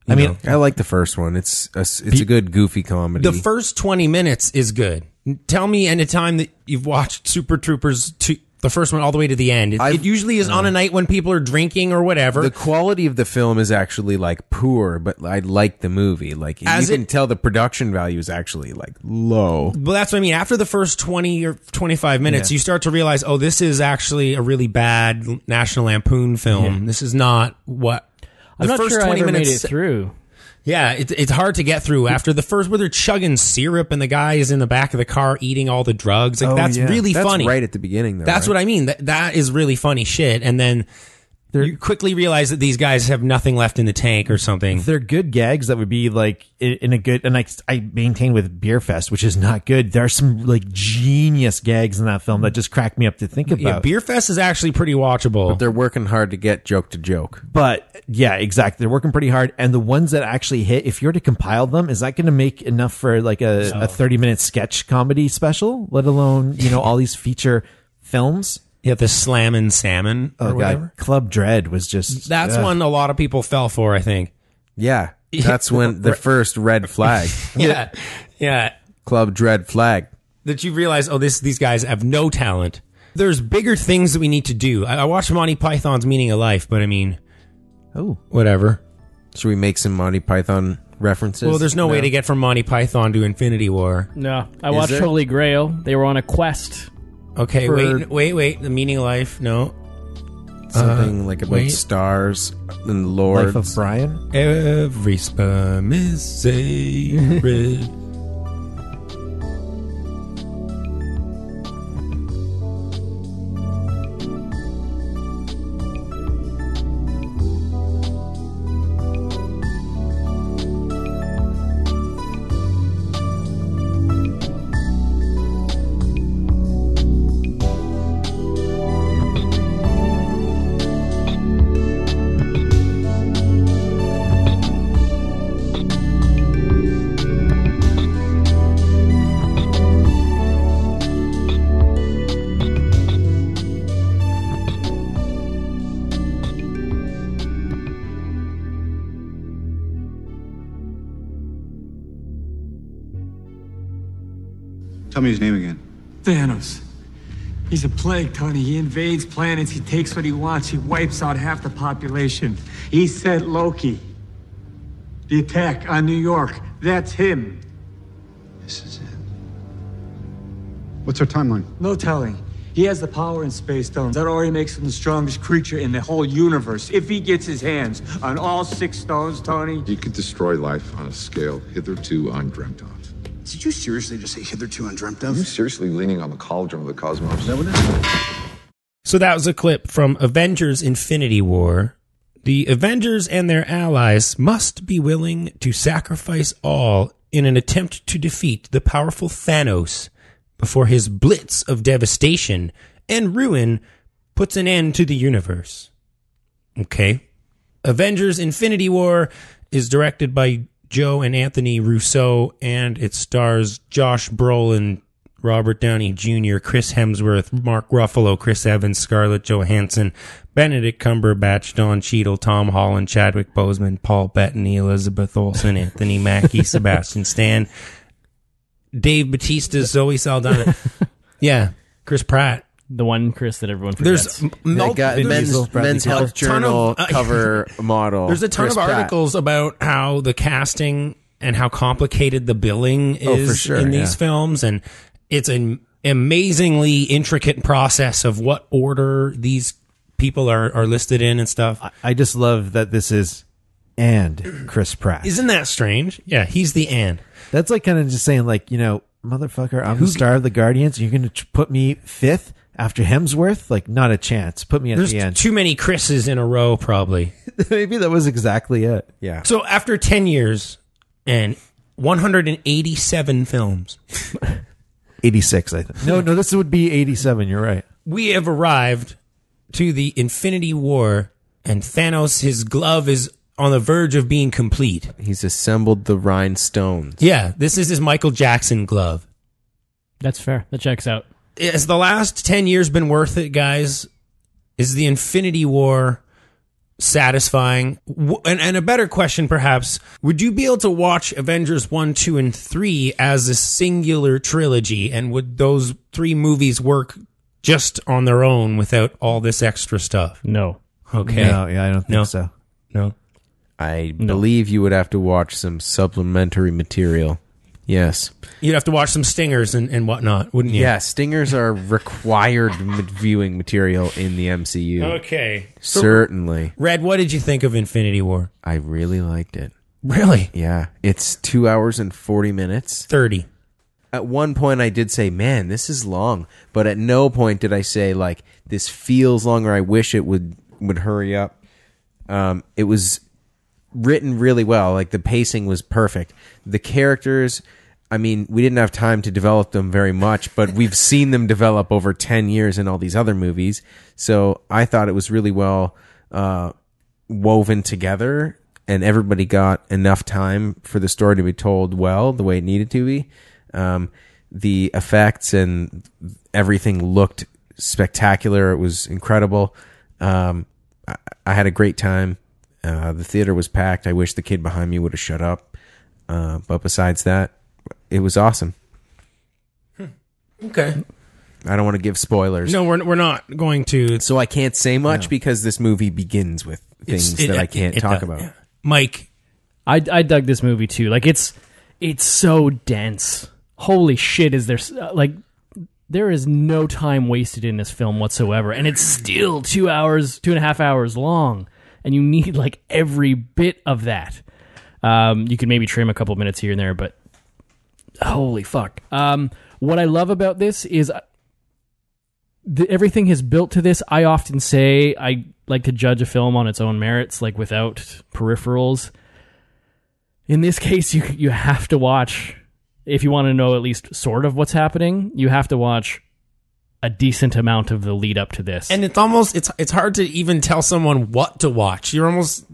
F: i mean
D: I like the first one. It's a, it's a good goofy comedy.
C: the first 20 minutes is good. Tell me any time that you've watched Super Troopers two, the first one all the way to the end. It, it
D: I've-
C: usually is on a night when people are drinking or whatever.
D: the quality of the film is actually like poor, but I like the movie. Like
C: As
D: you can
C: it-
D: tell, the production value is actually like low.
C: well, that's what I mean. After the first 20 or 25 minutes, you start to realize, oh, this is actually a really bad National Lampoon film. This is not what.
E: I'm
C: the
E: not
C: first
E: sure
C: 20
E: I ever
C: minutes
E: made it through.
C: Yeah, it, it's hard to get through after the first where they're chugging syrup and the guy is in the back of the car eating all the drugs.
E: Oh,
C: Like that's really
D: That's
C: funny.
D: right at the beginning. Though,
C: that's what I mean. That that is really funny shit. And then you quickly realize that these guys have nothing left in the tank or something.
F: they're good gags that would be like in in a good and I, I maintain with beer fest which is not good there are some like genius gags in that film that just crack me up to think about
C: Yeah, Beer Fest is actually pretty watchable.
D: They're working hard to get joke to joke.
F: But yeah, exactly. They're working pretty hard. And the ones that actually hit, if you were to compile them, is that going to make enough for like a, a 30 minute sketch comedy special, let alone, you know, all these feature films?
C: Yeah, the slamming salmon
D: Oh,
C: or
F: God,
C: whatever.
F: Club Dread was just.
C: That's
F: ugh.
C: one a lot of people fell for. I think.
D: Yeah, that's when the first red flag,
C: Yeah, yeah.
D: Club Dread flag.
C: that you realize, oh, this these guys have no talent. There's bigger things that we need to do. I, I watched Monty Python's Meaning of Life, but I mean,
F: Oh.
C: whatever.
D: Should we make some Monty Python references?
C: Well, there's no, way to get from Monty Python to Infinity War.
E: No, I
D: Is
E: watched
D: there?
E: Holy Grail. They were on a quest.
C: Okay,
D: For-
C: wait, wait, wait. The Meaning of Life, no.
D: something like about
C: wait.
D: stars and
F: Uh, Life of
D: lords.
F: Brian.
C: Every sperm is sacred.
G: Tell me his name again.
H: Thanos. He's a plague, Tony. He invades planets, he takes what he wants, he wipes out half the population. He sent Loki. The attack on New York. That's him.
G: This is it. What's our timeline?
H: No telling. He has the power in space stones. That already makes him the strongest creature in the whole universe. If he gets his hands on all six stones, Tony,
I: He could destroy life on a scale hitherto undreamt of. Did you seriously just say hitherto undreamt of?
J: Are you seriously leaning on the cauldron of the cosmos?
I: Is that what it is?
C: So that was a clip from Avengers Infinity War. The Avengers and their allies must be willing to sacrifice all in an attempt to defeat the powerful Thanos before his blitz of devastation and ruin puts an end to the universe. Okay. Avengers Infinity War is directed by Joe and Anthony Russo and it stars Josh Brolin, Robert Downey Jr., Chris Hemsworth, Mark Ruffalo, Chris Evans, Scarlett Johansson, Benedict Cumberbatch, Don Cheadle, Tom Holland, Chadwick Boseman, Paul Bettany, Elizabeth Olsen, Anthony Mackie, Sebastian Stan, Dave Batista, Zoe Saldana. yeah, Chris Pratt.
E: The one, Chris, that everyone forgets.
C: There's m- mul-
D: That guy-
C: there's-
D: men's, men's
C: Cooper.
D: Health
C: A ton of-
D: Journal
C: uh,
D: cover model.
C: There's a ton
D: Chris
C: of
D: Pratt.
C: articles about how the casting and how complicated the billing is
D: Oh, for sure,
C: in these
D: yeah.
C: films, and it's an amazingly intricate process of what order these people are, are listed in and stuff.
F: I just love that this is and Chris Pratt.
C: Isn't that strange? Yeah, he's the and.
F: That's like kind of just saying, like, you know, motherfucker, I'm the star of the Guardians. You're going to put me fifth after Hemsworth? Like, not a chance. Put me at
C: There's
F: the end.
C: too many Chris's in a row, probably.
F: Maybe that was exactly it.
D: Yeah.
C: So after 10 years and 187 films,
F: 86, I think. No, no, this would be 87. You're right.
C: we have arrived to the Infinity War, and Thanos, his glove is on the verge of being complete.
D: He's assembled the rhinestones.
C: Yeah, this is his Michael Jackson glove.
E: That's fair. That checks out.
C: Has the last 10 years been worth it, guys? Is the Infinity War satisfying? W- And, and a better question, perhaps, would you be able to watch Avengers 1, 2, and 3 as a singular trilogy? And would those three movies work just on their own without all this extra stuff?
E: No.
C: Okay.
F: No, yeah, I don't think
C: No.
F: so.
C: no.
D: I believe you would have to watch some supplementary material. Yes.
C: You'd have to watch some stingers and, and whatnot, wouldn't you?
D: Yeah, stingers are required m- viewing material in the MCU.
C: Okay.
D: Certainly.
C: Red, what did you think of Infinity War?
D: I really liked it.
C: Really?
D: Yeah. It's two hours and 40 minutes.
C: 30.
D: At one point, I did say, man, this is long. But at no point did I say, like, this feels long or I wish it would, would hurry up. Um, it was written really well. Like, the pacing was perfect. The characters, I mean, we didn't have time to develop them very much, but we've seen them develop over 10 years in all these other movies. So I thought it was really well uh, woven together. And everybody got enough time for the story to be told well, the way it needed to be um, the effects and everything looked spectacular. It was incredible. Um, I, I had a great time. Uh, the theater was packed. I wish the kid behind me would have shut up. Uh, but besides that, it was awesome.
C: Okay.
D: I don't want to give spoilers.
C: No, we're, we're not going to. It's,
D: So I can't say much because this movie begins with
C: it's-
D: things
C: it-
D: that I
C: it-
D: can't
C: it-
D: talk
C: uh,
D: about.
C: Mike,
E: I, I dug this movie too. Like it's it's so dense. Holy shit! Is there s- uh, like there is no time wasted in this film whatsoever, and it's still two hours, two and a half hours long, and you need like every bit of that. Um, you can maybe trim a couple minutes here and there, but holy fuck! Um, what I love about this is uh, the, everything is built to this. I often say I like to judge a film on its own merits, like without peripherals in this case you you have to watch if you want to know at least sort of what's happening you have to watch a decent amount of the lead up to this
C: and it's almost it's it's hard to even tell someone what to watch. You're almost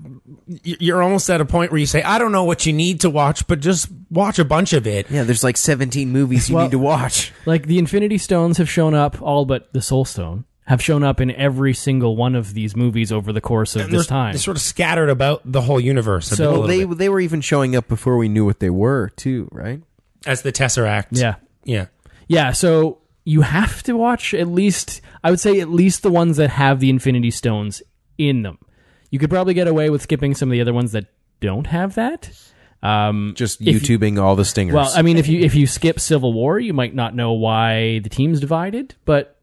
C: you're almost at a point where you say, I don't know what you need to watch, but just watch a bunch of it.
D: Yeah, there's like 17 movies you need to watch.
E: like the infinity stones have shown up all but the soul stone have shown up in every single one of these movies over the course of
C: And
E: this
C: they're-
E: time
C: they're sort of scattered about the whole universe. a
E: So-
C: little
D: Well, they
C: bit.
D: they were even showing up before we knew what they were, too, right?
C: as the Tesseract.
E: yeah
C: yeah.
E: yeah so you have to watch at least i would say at least the ones that have the infinity stones in them you could probably get away with skipping some of the other ones that don't have that um,
D: Just
E: If you-
D: YouTubing all the stingers.
E: Well, I mean, if you if you skip Civil War, you might not know why the team's divided. But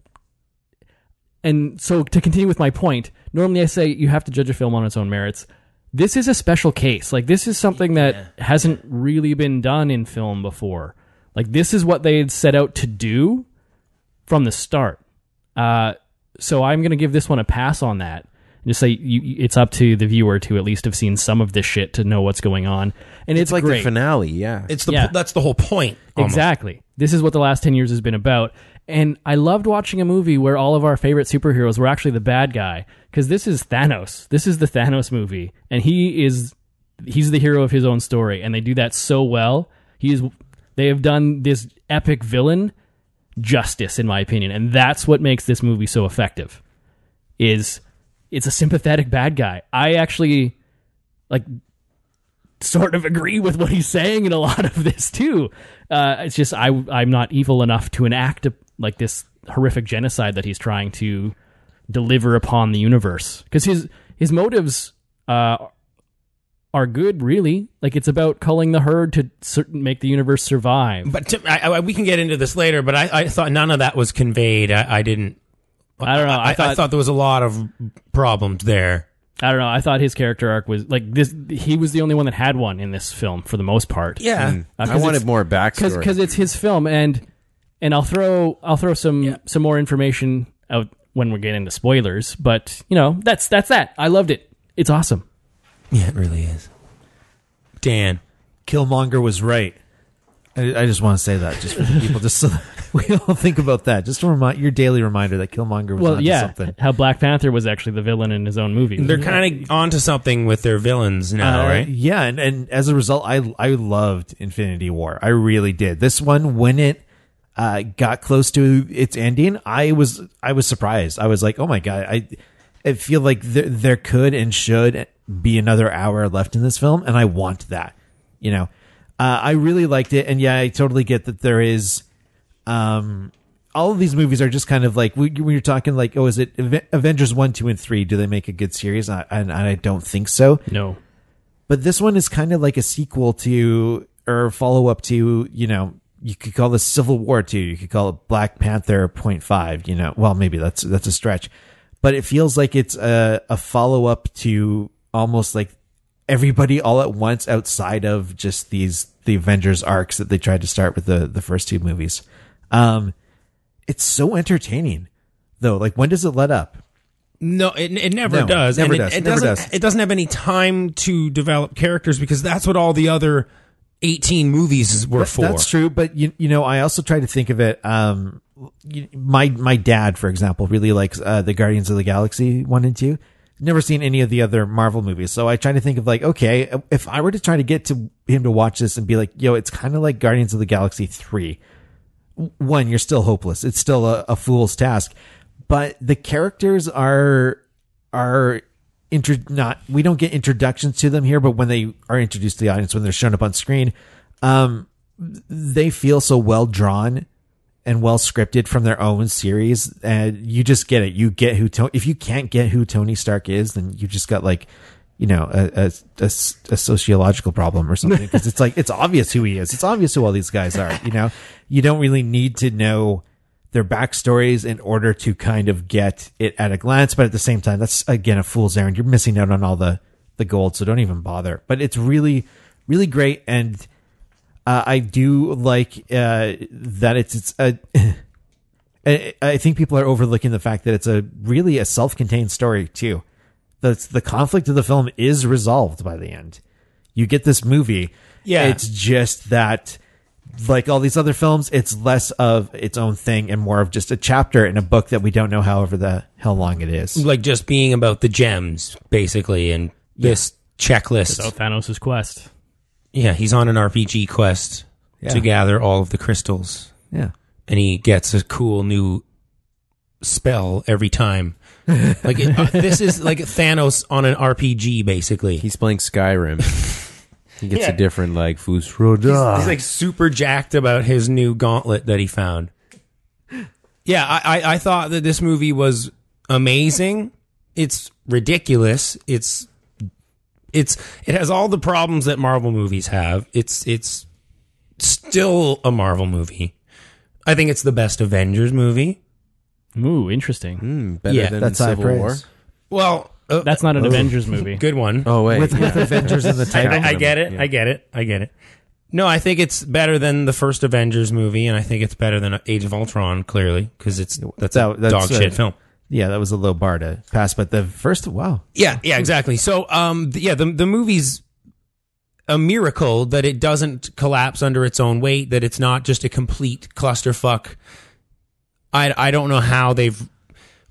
E: and so to continue with my point, normally I say you have to judge a film on its own merits. This is a special case. Like this is something that hasn't really been done in film before, Like this is what they had set out to do from the start. Uh, so I'm going to give this one a pass on that. And just say you, you- it's up to the viewer to at least have seen some of this shit to know what's going on. And it's,
D: It's like
E: great.
D: the finale, yeah.
C: It's the
E: Yeah.
C: that's the whole point. almost.
E: Exactly. This is what the last 10 years has been about. And I loved watching a movie where all of our favorite superheroes were actually the bad guy because this is Thanos. This is the Thanos movie and he is he's the hero of his own story and they do that so well. He is they have done this epic villain justice in my opinion and that's what makes this movie so effective. Is it's a sympathetic bad guy. I actually like sort of agree with what he's saying in a lot of this too. Uh, it's just I I'm not evil enough to enact a, like this horrific genocide that he's trying to deliver upon the universe because his his motives uh, are good really. Like it's about culling the herd to cer- make the universe survive.
C: But Tim, I, I, we can get into this later. But I, I thought none of that was conveyed. I, I didn't.
E: I don't know. I, thought, I,
C: I thought there was a lot of problems there.
E: don't know. I thought his character arc was like this. He was the only one that had one in this film for the most part.
C: Yeah.
E: Uh, 'cause
D: I wanted
E: it's-
D: more
E: because
D: backstory.
E: it's his film and and I'll throw I'll throw some some more information out when we get into spoilers but you know that's that's that I loved it it's awesome
C: Yeah, it really is. Dan.
F: Killmonger was right. I, I just want to say that just for the people, just so that we all think about that. Just to remind your daily reminder that Killmonger was
E: well
F: onto
E: yeah
F: something.
E: how Black Panther was actually the villain in his own movie Mm-hmm.
C: They're kind of onto something with their villains now,
F: Uh,
C: right?
F: Yeah, and, and as a result, I I loved Infinity War. I really did. This one, when it uh, got close to its ending, I was I was surprised. I was like, oh my god, I I feel like there there could and should be another hour left in this film, and I want that. You know, uh, I really liked it, and yeah, I totally get that there is um all of these movies are just kind of like when you're talking like oh is it Aven- avengers 1 2 and 3 do they make a good series I, and I don't think so
E: no
F: but this one is kind of like a sequel to or follow up to you know you could call this civil war 2 you could call it black panther 0.5 you know well maybe that's that's a stretch but it feels like it's a, a follow up to almost like everybody all at once outside of just these the avengers arcs that they tried to start with the the first two movies um it's so entertaining though like when does it let up
C: No, it, it never
F: No,
C: does.
F: never
C: And it-
F: does,
C: It,
F: never
C: doesn't,
F: does.
C: It doesn't have any time to develop characters because that's what all the other 18 movies were for.
F: That's true, but you you know I also try to think of it. Um, you- my my dad, for example, really likes uh, the Guardians of the Galaxy one and two. Never seen any of the other Marvel movies, so I try to think of like, okay, if I were to try to get to him to watch this and be like, yo, it's kind of like Guardians of the Galaxy three. One, you're still hopeless. It's still a, a fool's task, but the characters are are intro not we don't get introductions to them here, but when they are introduced to the audience, when they're shown up on screen, um, they feel so well drawn and well scripted from their own series and you just get it you get who tony if you can't get who tony stark is then you just got like you know a, a, a s- a sociological problem or something because it's like it's obvious who he is it's obvious who all these guys are you know you don't really need to know their backstories in order to kind of get it at a glance but at the same time that's again a fool's errand you're missing out on all the the gold so don't even bother but it's really really great and uh, I do like uh, that it's it's a. I I think people are overlooking the fact that it's a really a self-contained story too. The the conflict of the film is resolved by the end. You get this movie.
C: Yeah.
F: it's just that like all these other films, it's less of its own thing and more of just a chapter in a book that we don't know however the how long it is.
C: Like just being about the gems, basically, and this checklist.
E: so Thanos' quest
C: Yeah, he's on an RPG quest to gather all of the crystals,
F: Yeah.
C: and he gets a cool new spell every time. like it, uh, this is like Thanos on an RPG, basically. He's,
D: He's playing Skyrim. he gets
C: Yeah.
D: a different like food
C: he's like super jacked about his new gauntlet that he found. Yeah, I, I, I thought that this movie was amazing. It's ridiculous. It's it's it has all the problems that Marvel movies have. It's it's still a Marvel movie. I think it's the best Avengers movie.
E: ooh interesting
D: better
C: Yeah,
D: than
F: that's high
D: Civil
F: praise.
D: War.
C: Well, uh,
E: that's not an Avengers movie
C: good one.
D: Oh wait,
F: With, with Avengers in the
C: I,
F: title,
C: I- I get it. I get it. I get it. No, I think it's better than the first Avengers movie, and I think it's better than Age of Ultron, clearly, because it's that's a
F: That- that's,
C: dog
F: uh,
C: shit film.
F: Yeah, that was a low bar to pass, but the first wow.
C: Yeah, yeah, exactly. So, um, th- yeah, the the movie's a miracle that it doesn't collapse under its own weight. That it's not just a complete clusterfuck. I I don't know how they've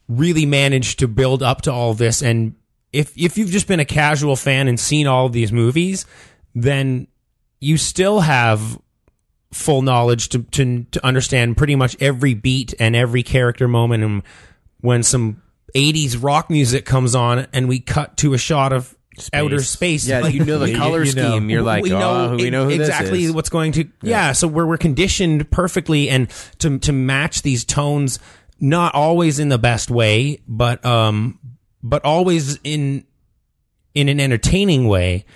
C: really managed to build up to all this. And if if you've just been a casual fan and seen all of these movies, then you still have full knowledge to, to to understand pretty much every beat and every character moment and when some 80s rock music comes on and we cut to a shot of outer space
D: Yeah,
C: like,
D: you know the color
F: you know.
D: scheme. You're like,
C: we know
D: oh, we know who this
C: exactly
D: is.
C: what's going to yeah. so we're, we're conditioned perfectly and to to match these tones not always in the best way but um but always in in an entertaining way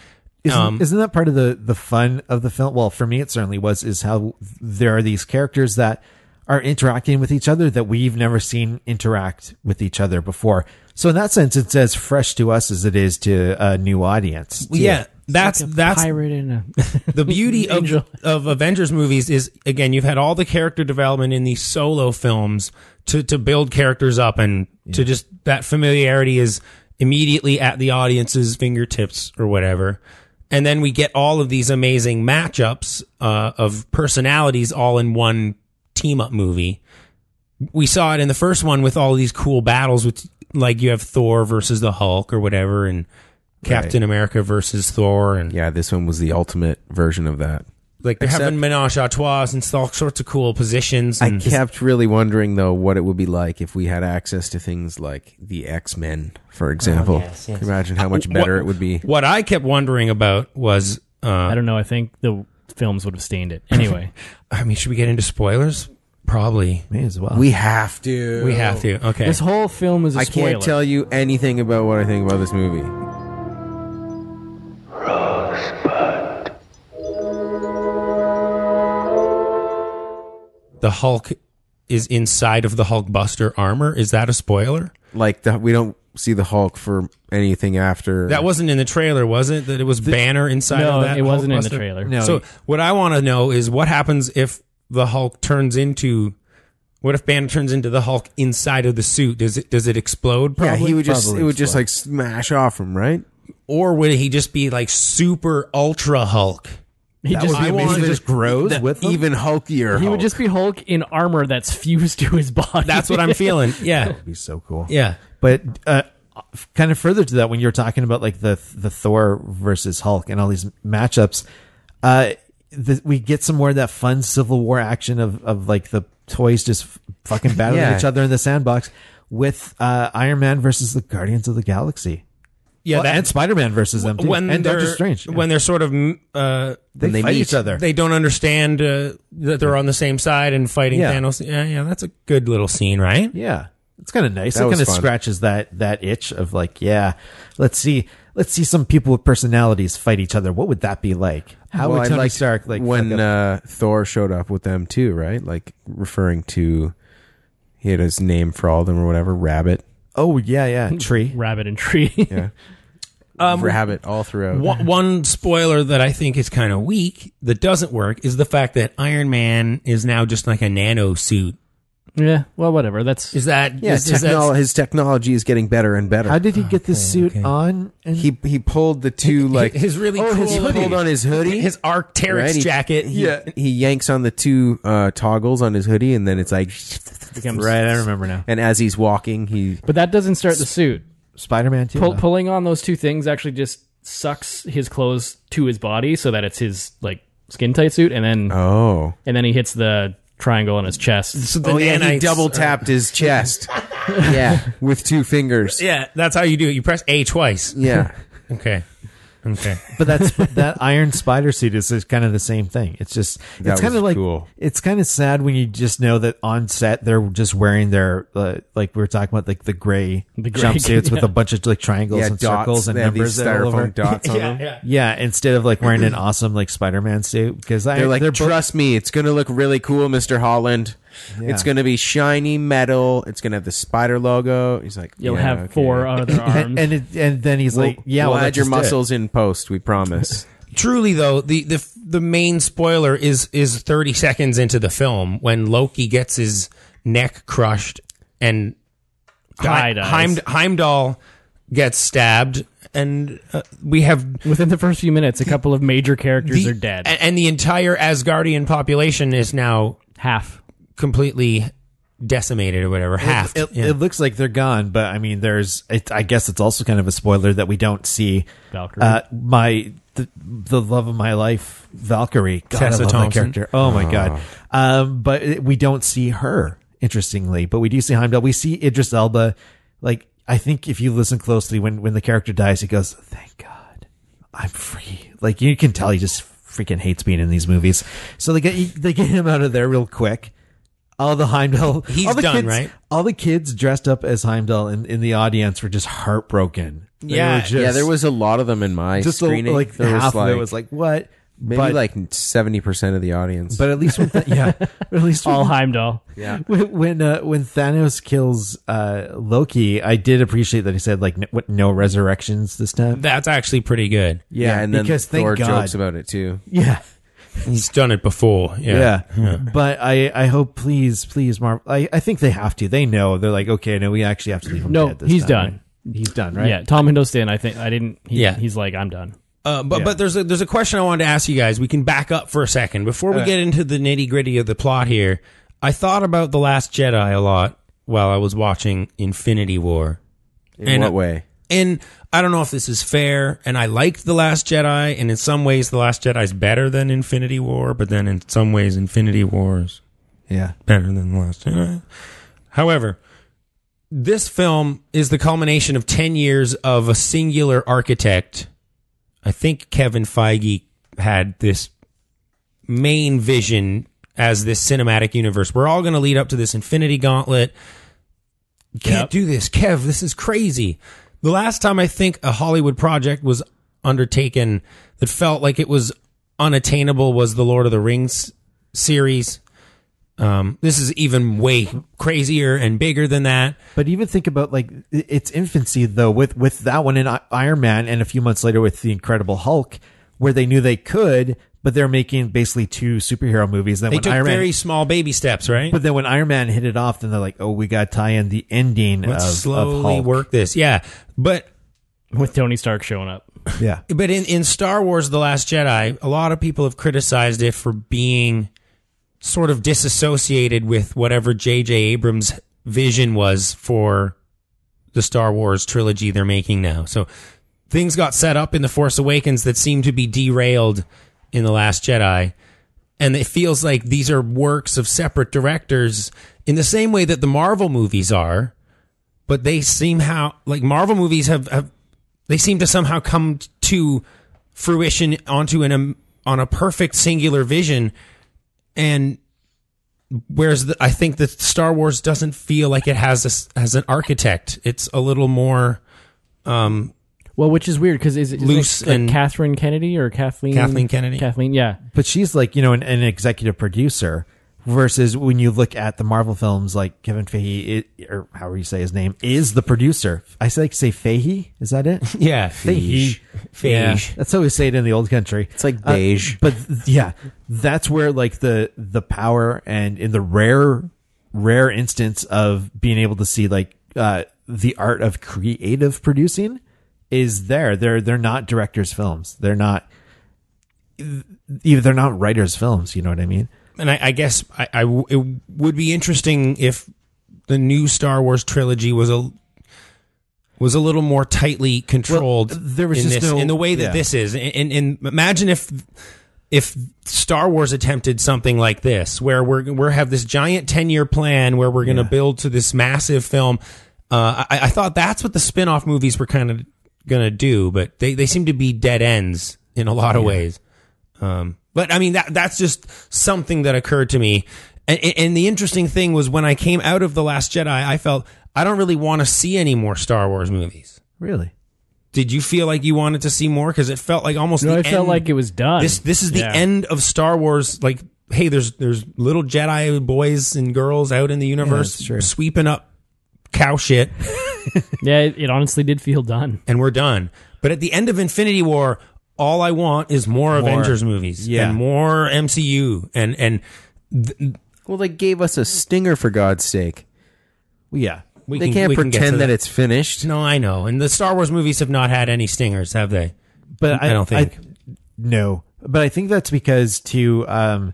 F: Isn't,
C: Um,
F: isn't that part of the the fun of the film? Well, for me, it certainly was. Is how there are these characters that are interacting with each other that we've never seen interact with each other before. So in that sense, it's as fresh to us as it is to a new audience.
C: Well, yeah that's that's
E: pirate and a
C: the beauty of,
E: Angel.
C: of Avengers movies is again you've had all the character development in these solo films to to build characters up and to just that familiarity is immediately at the audience's fingertips or whatever. And then we get all of these amazing matchups uh, of personalities all in one team up movie. We saw it in the first one with all these cool battles with like you have Thor versus the Hulk or whatever and Captain America versus Thor and
D: Yeah, this one was the ultimate version of that.
C: like they're having menage a trois and all sorts of cool positions.
D: I
C: and-
D: kept really wondering though what it would be like if we had access to things like the X Men, for example. Can you Imagine how much
C: Oh,
D: better
C: What-
D: it would be.
C: What I kept wondering about was, uh,
E: I don't know. I think the films would have stained it anyway.
C: I mean, should we get into spoilers? Probably.
F: May as well.
D: We have to.
C: We have to. Okay.
E: This whole film is a
D: I
E: spoiler.
D: can't tell you anything about what I think about this movie.
C: the Hulk is inside of the Hulk Buster armor. Is that a spoiler?
D: Like the, we don't see the Hulk for anything after.
C: That wasn't in the trailer, was it? That it was Banner inside
E: No,
C: of that?
E: it wasn't in the
C: Hulkbuster?
E: trailer.
F: No.
C: So what I want to know is what happens if the Hulk turns into. What if Banner turns into the Hulk inside of the suit? Does it does it explode?
D: yeah.
C: Probably?
D: he would just
F: probably
D: it would just
F: explode.
D: like smash off him, right?
C: or would he just be like super ultra Hulk?
E: He
F: that
E: just
F: would be
C: I wanted
F: amazing.
C: to-
F: Just grows with them?
D: even hulkier.
E: he
D: Hulk.
E: would just be Hulk in armor that's fused to his body.
C: That's what I'm feeling. Yeah,
F: be so cool.
C: yeah.
F: But uh, kind of further to that, when you're talking about like the the Thor versus Hulk and all these matchups, uh, the, we get some more of that fun Civil War action of of like the toys just fucking battling
D: Yeah.
F: each other in the sandbox with uh, Iron Man versus the Guardians of the Galaxy.
C: Yeah,
F: Well,
C: that-
F: and Spider Man versus them too,
C: When
F: and
C: they're
F: Doctor Strange.
C: when they're sort of mm, uh,
F: they,
D: they
F: fight
D: meet,
F: each other,
C: they don't understand uh, that they're on the same side and fighting
F: Yeah.
C: Thanos. Yeah, yeah, that's a good little scene, right?
F: Yeah. It's kind of nice.
D: That
F: it
D: was
F: kind of
D: fun.
F: scratches that that itch of like, yeah, let's see, let's see some people with personalities fight each other. What would that be like? How
D: Well,
F: would
D: I
F: Tony
D: liked
F: Stark like
D: when
F: fuck up-
D: uh, Thor showed up with them too, right? Like referring to he had his name for all of them or whatever. Rabbit,
F: Oh yeah, yeah, tree.
E: Rabbit and tree.
D: yeah,
F: Um,
D: rabbit all throughout.
C: One, one spoiler that I think is kind of weak that doesn't work is the fact that Iron Man is now just like a nano suit.
E: yeah. Well, whatever. That's
C: Is that
D: Yeah,
C: is- is that-
D: technol- his technology is getting better and better.
F: How did he get this suit
C: okay.
F: on? And
D: he he pulled the two like
C: his really
D: oh,
C: cool
D: his hoodie. pulled on his hoodie,
C: his Arcteryx
D: Right, he-
C: jacket?
D: He, he yanks on the two uh, toggles on his hoodie, and then it's like,
E: becomes
F: right, I remember now.
D: and as he's walking, he
E: But that doesn't start the suit.
F: Spider Man too.
E: Pull,
F: though.
E: Pulling on those two things actually just sucks his clothes to his body so that it's his like skin tight suit, and then
D: oh
E: and then he hits the triangle on his chest.
C: So the
D: oh yeah, he
C: nanites
D: double
C: are-
D: tapped his chest, yeah, with two fingers,
C: Yeah, that's how you do it. You press A twice.
D: yeah.
C: Okay, okay.
F: but that's but that Iron Spider suit is kind of the same thing. It's just
D: That
F: it's kind
D: was
F: of like
D: cool.
F: it's kind of sad when you just know that on set they're just wearing their uh, like we were talking about like the gray,
E: The gray,
F: jumpsuits with
E: yeah.
F: a bunch of like triangles
D: yeah,
F: and
D: dots.
F: circles and
D: they have these
F: numbers all over.
D: styrofoam dots on them.
C: yeah.
F: Yeah, instead of like wearing an awesome like Spider Man suit because
D: They're like,
F: they're both-
D: trust me, it's gonna look really cool, Mister Holland. It's gonna be shiny metal. It's gonna have the spider logo. He's like,
E: You'll
D: "Yeah,
E: have
D: okay."
E: four uh, other arms.
F: and and, it, and then he's like, yeah,
D: we'll,
F: well,
D: add
F: that's
D: your
F: just it.
D: muscles in post. We promise.
C: Truly though, the the the main spoiler is is 30 seconds into the film when Loki gets his neck crushed and
E: Guy dies.
C: Heimd- Heimdall gets stabbed and uh, we have
E: Within the first few minutes, a couple of major characters
C: the-
E: are dead.
C: a- and the entire Asgardian population is now
E: Half.
C: completely decimated or whatever half
F: It, it looks like they're gone, but I mean, there's. It, I guess it's also kind of a spoiler that we don't see
E: Valkyrie.
F: Uh, my the, the love of my life, Valkyrie. God,
C: Tessa
F: I love that
C: Thompson.
F: character. Oh my god. Um, but it, we don't see her. Interestingly, but we do see Heimdall. We see Idris Elba. Like I think if you listen closely, when when the character dies, he goes, "Thank God, I'm free." Like you can tell, he just freaking hates being in these movies. So they get they get him out of there real quick. All the Heimdall,
C: He's
F: all the
C: done,
F: kids-
C: right?
F: All the kids dressed up as Heimdall in, in the audience were just heartbroken. They
C: Yeah.
F: were just,
D: yeah, there was a lot of them in my
F: just a,
D: screening.
F: like
D: There
F: half of it was like what,
D: maybe
F: but,
D: like seventy percent of the audience.
F: but at least with that, yeah, but at least
E: All
F: with-
E: Heimdall.
D: yeah,
F: when when, uh, when Thanos kills uh, Loki, I did appreciate that he said like n- what, no resurrections this time.
C: that's actually pretty good
D: yeah, and then
F: because
D: Thor
F: thank God,
D: jokes about it too.
F: yeah.
C: he's done it before yeah,
F: Yeah. But I, I hope, please, please, Marvel. I, I think they have to. They know. They're like, okay, no, we actually have to leave him
E: No,
F: dead this
E: he's
F: time,
E: done.
F: right? He's done, right?
E: Yeah, Tom Hiddleston. I think I didn't. He,
C: Yeah.
E: he's like I'm done.
C: Uh, but but there's a there's a question I wanted to ask you guys. We can back up for a second before we get into the nitty gritty of the plot here. I thought about the Last Jedi a lot while I was watching Infinity War,
D: In
C: And-
D: what way?
C: and I don't know if this is fair. And I liked the Last Jedi, and in some ways, the Last Jedi is better than Infinity War, but then in some ways, Infinity War is
F: Yeah.
C: better than the last. Jedi. However, this film is the culmination of 10 years of a singular architect. I think Kevin Feige had this main vision as this cinematic universe. We're all going to lead up to this infinity gauntlet. You Can't
E: Yep.
C: do this, Kev. This is crazy. The last time I think a Hollywood project was undertaken that felt like it was unattainable was the Lord of the Rings series. Um, this is even way crazier and bigger than that.
F: But even think about like i- its infancy though with with that one in I- Iron Man and a few months later with the Incredible Hulk where they knew they could but they're making basically two superhero movies then
C: They
F: when
C: took
F: Iron
C: very
F: Man
C: small baby steps, right?
F: but then when Iron Man hit it off then they're like oh we got to tie in the ending
C: Let's
F: of of
C: slowly
F: Hulk.
C: work this. Yeah. But
E: With Tony Stark showing up,
F: yeah
C: but in, in Star Wars The Last Jedi, a lot of people have criticized it for being sort of disassociated with whatever J.J. Abrams' vision was for the Star Wars trilogy they're making now. So things got set up in The Force Awakens that seem to be derailed in The Last Jedi. And it feels like these are works of separate directors in the same way that the Marvel movies are, but they seem how like Marvel movies have, have they seem to somehow come t- to fruition onto an um, on a perfect singular vision and whereas the, I think that Star Wars doesn't feel like it has this has an architect it's a little more
E: well, which is weird because is it
C: Loose
E: like,
C: and-
E: Catherine Kennedy or Kathleen
C: Kathleen Kennedy.
E: Kathleen, yeah,
F: but she's like you know an, an executive producer versus when you look at the Marvel films like Kevin Feige i or however you say his name is the producer I say say Feige is that it
C: yeah
F: Feige.
C: Feige.
F: That's how we say it in the old country. It's
D: like beige.
F: but th- yeah, that's where like the the power and in the rare rare instance of being able to see like uh the art of creative producing is there. They're they're not directors films. They're not either they're not writers films, you know what I mean?
C: and I, I guess I, I w- it would be interesting if the new Star Wars trilogy was a was a little more tightly controlled.
F: there was
C: in
F: just
C: this,
F: no-
C: in the way that
F: yeah.
C: this is, and, and, and imagine if if Star Wars attempted something like this, where we're we are have this giant ten year plan where we're going to build to this massive film. Uh, I, I thought that's what the spin off movies were kind of going to do, but they they seem to be dead ends in a lot of ways. Um, but I mean that that's just something that occurred to me. And, and the interesting thing was when I came out of the Last Jedi, I felt I don't really want to see any more Star Wars movies.
F: Really?
C: Did you feel like you wanted to see more? Because it felt like almost.
E: no,
C: the
E: I felt
C: end-
E: like it was done.
C: This this is the
E: Yeah.
C: end of Star Wars. Like, hey, there's there's little Jedi boys and girls out in the universe
F: that's true.
C: sweeping up cow shit,
E: Yeah, it, it honestly did feel done.
C: and we're done. But at the end of Infinity War, all I want is more, Avengers movies
F: Yeah.
C: and more MCU and and
D: Well, they gave us a stinger for God's sake.
F: Well, yeah.
C: we
D: They
C: can,
D: can't
C: we can get
D: pretend
C: to
D: that it's finished.
C: No, I know. And the Star Wars movies have not had any stingers, have they?
F: but I,
C: I don't think.
F: no, but I think that's because to um,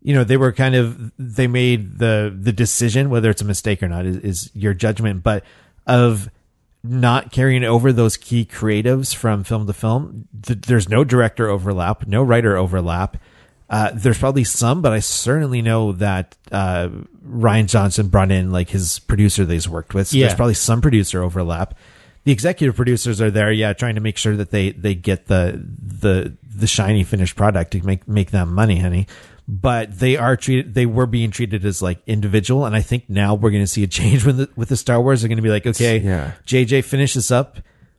F: you know, they were kind of they made the the decision whether it's a mistake or not is, is your judgment, but of not carrying over those key creatives from film to film. Th- there's no director overlap, no writer overlap. Uh, there's probably some, but I certainly know that uh, Ryan Johnson brought in like his producer that he's worked with. So
C: Yeah.
F: There's probably some producer overlap. The executive producers are there, yeah, trying to make sure that they they get the the the shiny finished product to make make them money, honey. But they are treated; they were being treated as like individual, and I think now we're going to see a change with the, with the Star Wars. They're going to be like, okay,
D: Yeah.
F: JJ finishes up,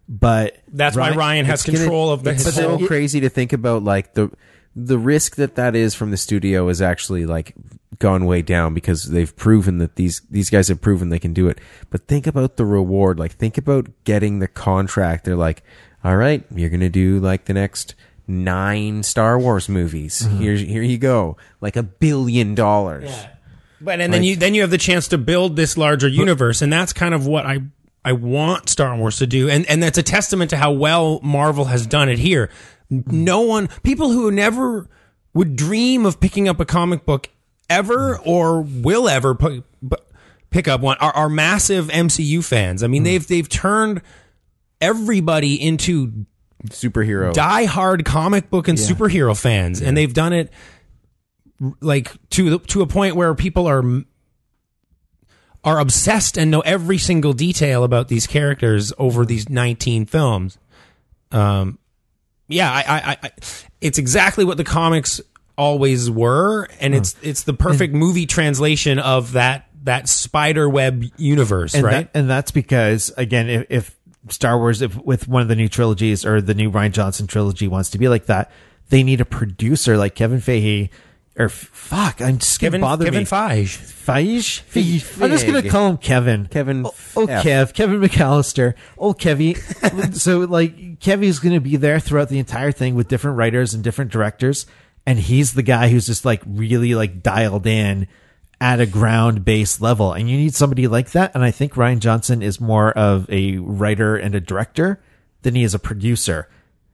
F: but
C: That's why Ryan has
D: It's gonna-
C: control of the
D: It's
C: his
D: so
C: whole-
D: crazy to think about, like the the risk that that is from the studio is actually like gone way down because they've proven that these these guys have proven they can do it. But think about the reward. Like think about getting the contract. They're like, all right, you're gonna do like the next nine Star Wars movies.
C: Mm-hmm.
D: Here here you go, like a billion dollars.
C: But and then you then you have the chance to build this larger universe, and that's kind of what I I want Star Wars to do, and and that's a testament to how well Marvel has done it here. No one, people who never would dream of picking up a comic book ever or will ever pu- bu- pick up one are, are massive MCU fans. I mean, they've they've turned everybody into
D: Superhero.
C: die-hard comic book and superhero fans, and they've done it like to the, to a point where people are are obsessed and know every single detail about these characters over these 19 films. Um, yeah, I, I, I- I, it's exactly what the comics always were, and it's it's the perfect movie translation of that that spider web universe,
F: and
C: right?
F: that- and that's because again, if, if Star Wars, if with one of the new trilogies or the new Ryan Johnson trilogy wants to be like that, they need a producer like Kevin Feige. Or f- fuck, I'm just gonna
C: Kevin
F: bother
C: Kevin
F: me.
C: Feige.
F: Feige? I'm just gonna
D: Feige.
F: call him Kevin.
D: Kevin
F: Oh, oh,
D: F.
F: Kev. Kevin McAllister. Oh, Kevy. so like, Kevy's gonna be there throughout the entire thing with different writers and different directors, and he's the guy who's just like really like dialed in at a ground based level, and you need somebody like that. And I think Ryan Johnson is more of a writer and a director than he is a producer.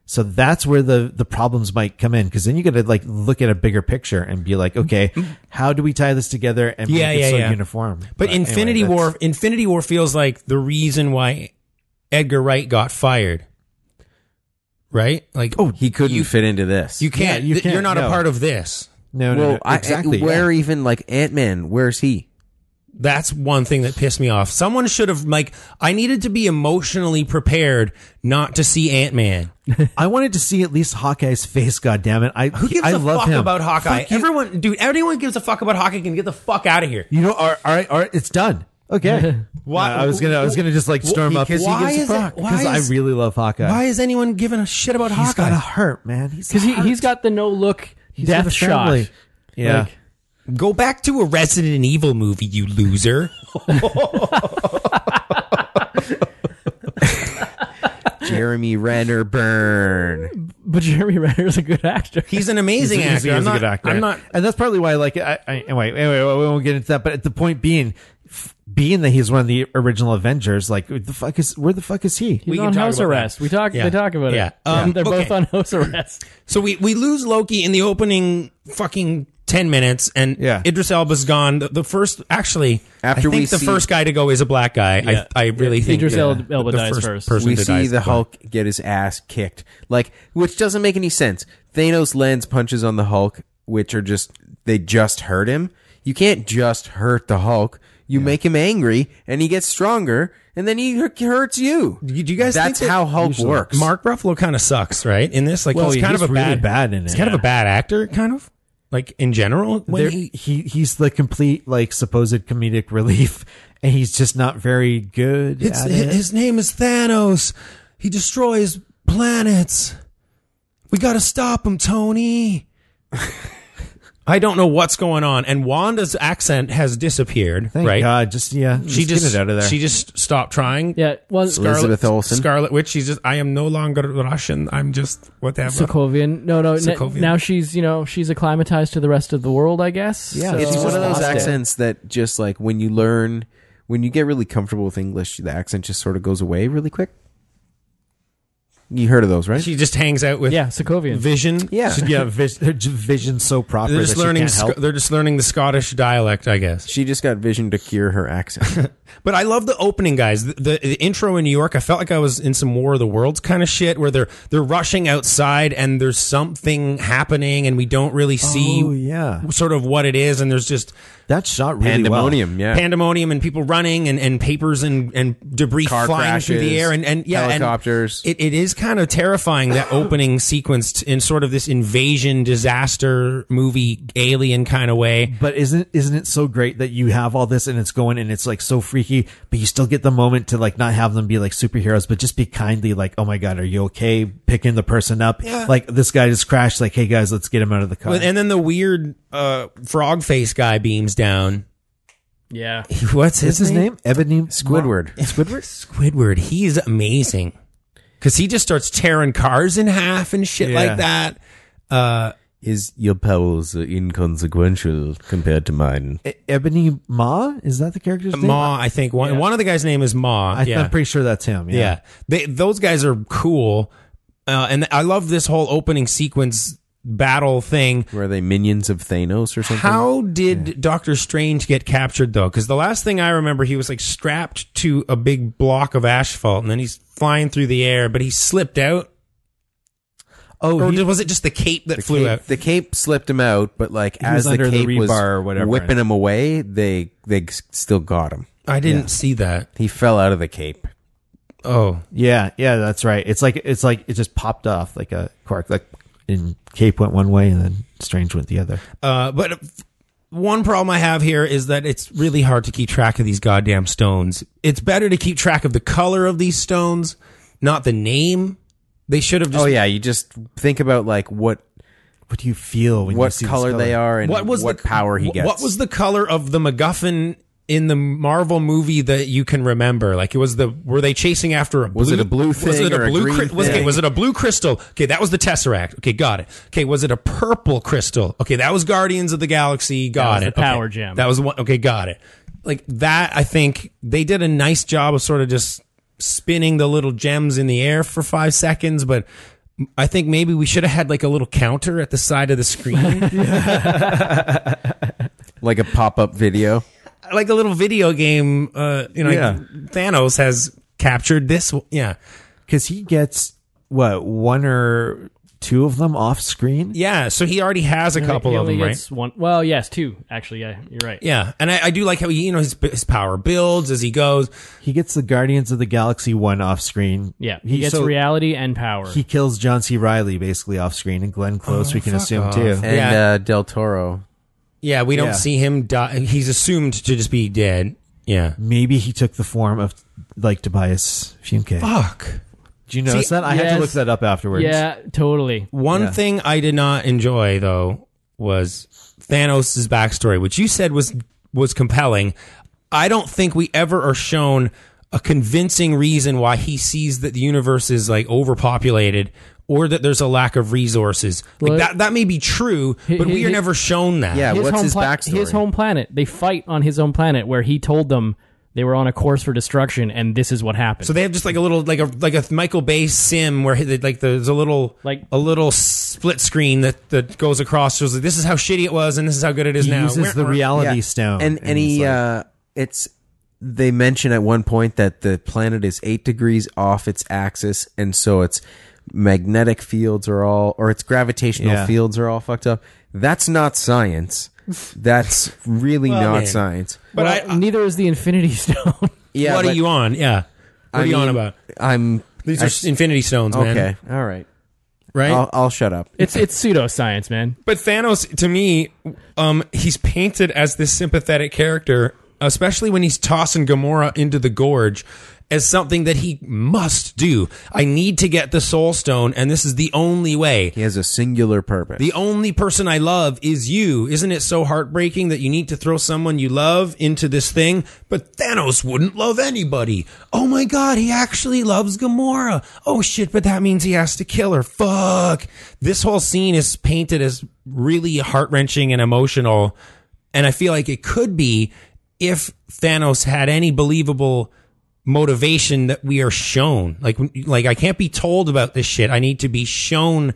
F: So that's where the the problems might come in because then you got to like look at a bigger picture and be like, okay, how do we tie this together and
C: Yeah,
F: make it
C: yeah,
F: so
C: yeah.
F: uniform?
C: But
F: anyway,
C: Infinity
F: that's-
C: War, Infinity War feels like the reason why Edgar Wright got fired, right? Like, oh,
D: He couldn't fit into this.
C: you can't,
F: Yeah, you
C: you
F: can't,
C: are not
F: no.
C: a part of this.
F: No, no,
D: well,
F: no,
D: I-
F: exactly.
D: where even like Ant Man? Where's he?
C: That's one thing that pissed me off. Someone should have like, I needed to be emotionally prepared not to see Ant Man.
F: I wanted to see at least Hawkeye's face. God damn it! I
C: Who gives
F: I
C: a
F: love
C: fuck
F: him.
C: about Hawkeye?
F: Fuck you.
C: Everyone, dude, everyone gives a fuck about Hawkeye. Can get the fuck out of here.
F: you know, all right, all right, all right, it's done. Okay.
C: Why-
F: Uh, I was gonna, I was gonna just like storm up
C: Because he Why gives a is it- fuck. why
F: because I
C: is-
F: really love Hawkeye.
C: Why is anyone giving a shit about
F: He's
C: Hawkeye?
F: got a heart, man. He's
E: because he he's got the no look death
F: got a
E: shot.
F: family. Yeah.
E: Like,
C: Go back to a Resident Evil movie, you loser.
D: Jeremy Renner burn.
E: but Jeremy Renner is a good actor.
C: He's an amazing
F: He's- he's-
C: actor. I'm
F: he's a
C: not,
F: good actor.
C: I'm not
F: and that's probably why. Like, I, I, anyway, anyway, we won't get into that. But the point being, f- being that he's one of the original Avengers, like, who the fuck is where the fuck is he?
E: He's
C: We can
E: on
C: talk
E: house
C: about that.
E: arrest. We talk.
C: Yeah.
E: They talk about
C: Yeah.
E: it.
C: Um,
E: They're both
C: okay.
E: on house arrest.
C: So we, we lose Loki in the opening fucking 10 minutes, and
F: Yeah.
C: Idris Elba's gone. The, the first, actually,
D: After
C: I think
D: we
C: the
D: see-
C: first guy to go is a black guy.
E: Yeah.
C: I, I really think
E: Idris
C: that
E: El- Elba
C: the
E: dies
C: first
E: first.
C: person
D: we
C: to
D: see
C: die is
D: the
C: black.
D: Hulk get his ass kicked, like which doesn't make any sense. Thanos lands punches on the Hulk, which are just they just hurt him. You can't just hurt the Hulk. You make him angry, and he gets stronger, and then he hu- hurts you.
C: You- do you guys
D: That's
C: think that-
D: how Hulk
C: Usually.
D: works.
C: Mark Ruffalo kind of sucks, right? In this, like
F: Well,
C: he's kind
F: he's
C: of a
F: really
C: bad,
F: bad in
C: He's
F: it,
C: kind of
F: yeah.
C: a bad actor, kind of like in general. When
F: There-
C: he,
F: he he's the complete like supposed comedic relief, and he's just not very good
C: it's,
F: at
C: hi-
F: it.
C: his name is Thanos. He destroys planets. We gotta stop him, Tony. I don't know what's going on. And Wanda's accent has disappeared.
F: Thank
C: right?
F: God. Just yeah.
C: She
F: just,
C: just
F: get it out of there.
C: She just stopped trying.
E: Yeah, well,
D: Elizabeth Olsen.
C: Scarlet Witch. She's just. I am no longer Russian. I'm just whatever.
E: Sokovian. No, no. n-
C: Sokovian.
E: now she's you know she's acclimatized to the rest of the world. I guess.
D: Yeah,
E: So-
D: it's one of those
E: Lost it.
D: accents that just like when you learn, when you get really comfortable with English, the accent just sort of goes away really quick. You heard of those, right?
C: She just hangs out with.
E: Yeah, Sokovian.
F: vision.
D: Yeah.
F: She- yeah. Vis, her j- vision's so proper.
C: They're just
F: that she
C: learning.
F: can't help.
C: Sc- they're just learning the Scottish dialect, I guess.
D: she just got vision to cure her accent.
C: But I love the opening, guys. The, the, the intro in New York, I felt like I was in some War of the Worlds kind of shit, where they're they're rushing outside and there's something happening, and we don't really see,
F: Oh, yeah.
C: sort of what it is, and there's just
F: That shot really
D: Pandemonium, yeah.
C: pandemonium and people running and, and papers and, and debris
D: Car
C: flying through the
D: crashes,
C: air and, and yeah and
D: helicopters.
C: it, it is kind of terrifying that opening sequence t- in sort of this invasion disaster movie alien kind of way.
F: But isn't isn't it so great that you have all this and it's going and it's like so freaky, but you still get the moment to like not have them be like superheroes, but just be kindly like, oh my god, are you okay? Picking the person up,
C: Yeah.
F: like this guy just crashed. Like, hey guys, let's get him out of the car.
C: And then the weird uh, frog face guy beams down.
E: Yeah.
C: What's his,
F: What's his name? Ebony
D: Squidward.
F: Squidward.
C: Squidward. He's amazing because he just starts tearing cars in half and shit
F: Yeah.
C: like that.
D: Is your powers are inconsequential compared to mine?
F: E- Ebony Ma is that the character's name?
C: Ma, Uh, I think one one of the guys' name is Ma.
F: I,
C: yeah.
F: I'm pretty sure that's him. Yeah.
C: Yeah, they, those guys are cool, uh, and I love this whole opening sequence battle thing.
D: Were they minions of Thanos or something?
C: How did Doctor Strange get captured though? Because the last thing I remember, he was like strapped to a big block of asphalt, and then he's flying through the air, but he slipped out.
F: Oh,
C: or
F: he-
C: was it just the cape that
D: The
C: flew
D: cape,
C: out?
D: the cape slipped him out, but like as
F: was
D: the
F: under the
D: cape was
F: rebar or whatever.
D: whipping him away, they they still got him.
C: I didn't see that.
D: He fell out of the cape.
C: Oh,
F: yeah, yeah, that's right. It's like it's like it just popped off like a quark. Like, and Cape went one way, and then Strange went the other.
C: uh, but. uh, One problem I have here is that it's really hard to keep track of these goddamn stones. It's better to keep track of the color of these stones, not the name. They should have just
D: oh yeah, you just think about like what
F: What do you feel when you
D: what
F: see this
D: color, they are and what, power he
C: wh-
D: gets.
C: What was the color of the MacGuffin in the Marvel movie that you can remember? Like it was the were they chasing after a blue,
D: Was it a blue
C: was
D: thing
C: it a
D: or a
C: blue
D: green
C: cry- was, okay,
D: thing?
C: was it a blue crystal? Okay, that was the Tesseract. Okay, got it. Okay, was it a purple crystal? Okay, that was Guardians of the Galaxy. Got
E: was
C: it.
E: the
C: Okay,
E: power gem.
C: That was the one. Okay, got it. Like that, I think they did a nice job of sort of just spinning the little gems in the air for five seconds, but. I think maybe we should have had like a little counter at the side of the screen
D: like a pop up video?
C: like a little video game. Uh, you know,
F: Yeah.
C: Thanos has captured this. Yeah,
F: because he gets what one or two of them off screen.
C: yeah. So he already has a couple
E: He
C: of
E: only
C: them, right?
E: gets One, well, yes, two actually. Yeah, you're right.
C: Yeah, and I, I do like how he, you know his his power builds as he goes.
F: He gets the Guardians of the Galaxy one off screen.
E: Yeah, he gets
F: so
E: reality and power.
F: He kills John C. Riley basically off screen, and Glenn Close we can assume too.
D: Oh, And
C: Yeah.
D: uh, Del Toro.
C: Yeah, we don't
F: Yeah.
C: see him die. He's assumed to just be dead. Yeah.
F: Maybe he took the form of like Tobias Funke.
C: Fuck.
F: Do you notice
C: See,
F: that? I had
E: yes.
F: to look that up afterwards.
E: yeah, totally.
C: One thing I did not enjoy though was Thanos' backstory, which you said was was compelling. I don't think we ever are shown a convincing reason why he sees that the universe is like overpopulated or that there's a lack of resources. Like
E: Well,
C: that that may be true, but
E: he-
C: we are
E: he-
C: never shown that.
D: Yeah, what's
E: home
D: his
E: pla-
D: backstory?
E: His home planet. They fight on his own planet where he told them they were on a course for destruction, and this is what happened.
C: So they have just like a little like a like a Michael Bay sim where he- like there's a little
E: Like-
C: a little split screen that that goes across. Shows like this is how shitty it was and this is how good it is
F: He
C: now.
F: uses
C: Where-
F: the
C: where-
F: reality
D: Yeah.
F: stone.
D: And and he
F: it's like-
D: uh, it's they mention at one point that the planet is eight degrees off its axis, and so its magnetic fields are all or its gravitational
F: Yeah.
D: fields are all fucked up. That's not science. That's really not
C: man.
D: science.
C: But I,
E: Well, neither is the Infinity Stone.
D: Yeah,
C: what are
D: but
C: you on? Yeah. What
D: I
C: are you on
D: mean,
C: about?
D: I'm
C: These
D: I-
C: are s- Infinity Stones, man.
D: okay. All right.
C: Right?
D: I'll, I'll shut up.
E: it's it's pseudoscience, man.
C: but Thanos, to me, um, he's painted as this sympathetic character, especially when he's tossing Gamora into the gorge. as something that he must do. I need to get the soul stone, and this is the only way.
D: He has a singular purpose.
C: The only person I love is you. Isn't it so heartbreaking that you need to throw someone you love into this thing? But Thanos wouldn't love anybody. Oh my god, he actually loves Gamora. Oh shit, but that means he has to kill her. Fuck. This whole scene is painted as really heart wrenching and emotional. And I feel like it could be if Thanos had any believable motivation that we are shown. Like, like I can't be told about this shit. I need to be shown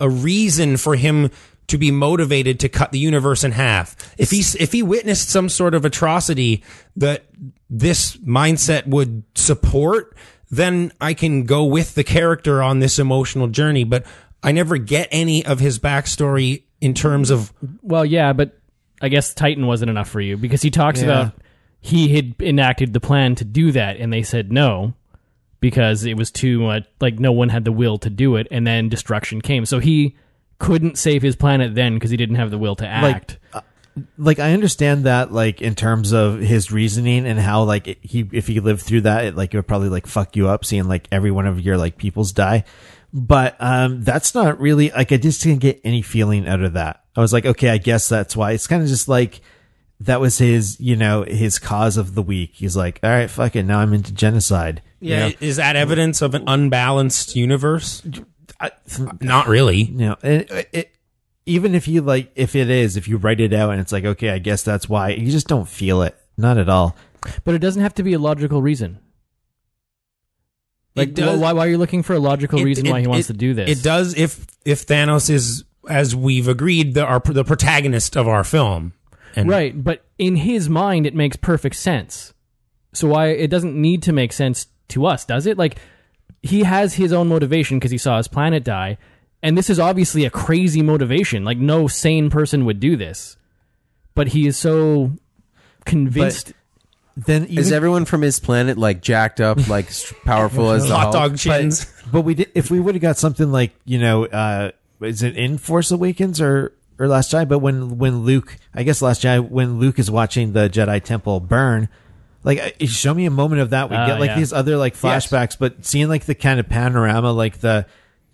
C: a reason for him to be motivated to cut the universe in half. If he if he witnessed some sort of atrocity that this mindset would support, then I can go with the character on this emotional journey. But I never get any of his backstory in terms of
E: Well, yeah, but I guess Titan wasn't enough for you because he talks about he had enacted the plan to do that and they said no because it was too much like no one had the will to do it and then destruction came. So he couldn't save his planet then because he didn't have the will to act.
F: like I understand that like in terms of his reasoning and how like it, he if he lived through that it like it would probably like fuck you up seeing like every one of your like peoples die but um that's not really like I just didn't get any feeling out of that I was like okay I guess that's why it's kind of just like that was his you know his cause of the week he's like all right fuck it now I'm into genocide You know?
C: is that evidence of an unbalanced universe? Not really.
F: you know, it, it, even if you like, if it is, if you write it out and it's like, okay, I guess that's why you just don't feel it. Not at all.
E: But it doesn't have to be a logical reason. Like
C: It does-
E: why why are you looking for a logical
C: it-
E: reason
C: it-
E: why he wants
C: it-
E: to do this?
C: It does if if Thanos is as we've agreed the our the protagonist of our film. And
E: Right, but in his mind, it makes perfect sense. So why it doesn't need to make sense to us, does it? Like he has his own motivation because he saw his planet die, and this is obviously a crazy motivation. Like no sane person would do this, but he is so convinced.
F: Then even,
D: is everyone from his planet like jacked up, like s- powerful as the
C: Hot
D: Hulk?
C: dog chins.
F: but we did, if we would have got something like, you know, uh, is it in Force Awakens or, or Last Jedi? But when, when Luke, I guess Last Jedi, when Luke is watching the Jedi Temple burn, like I- show me a moment of that. We
E: Ah,
F: get like
E: yeah.
F: these other like flashbacks, but seeing like the kind of panorama, like the,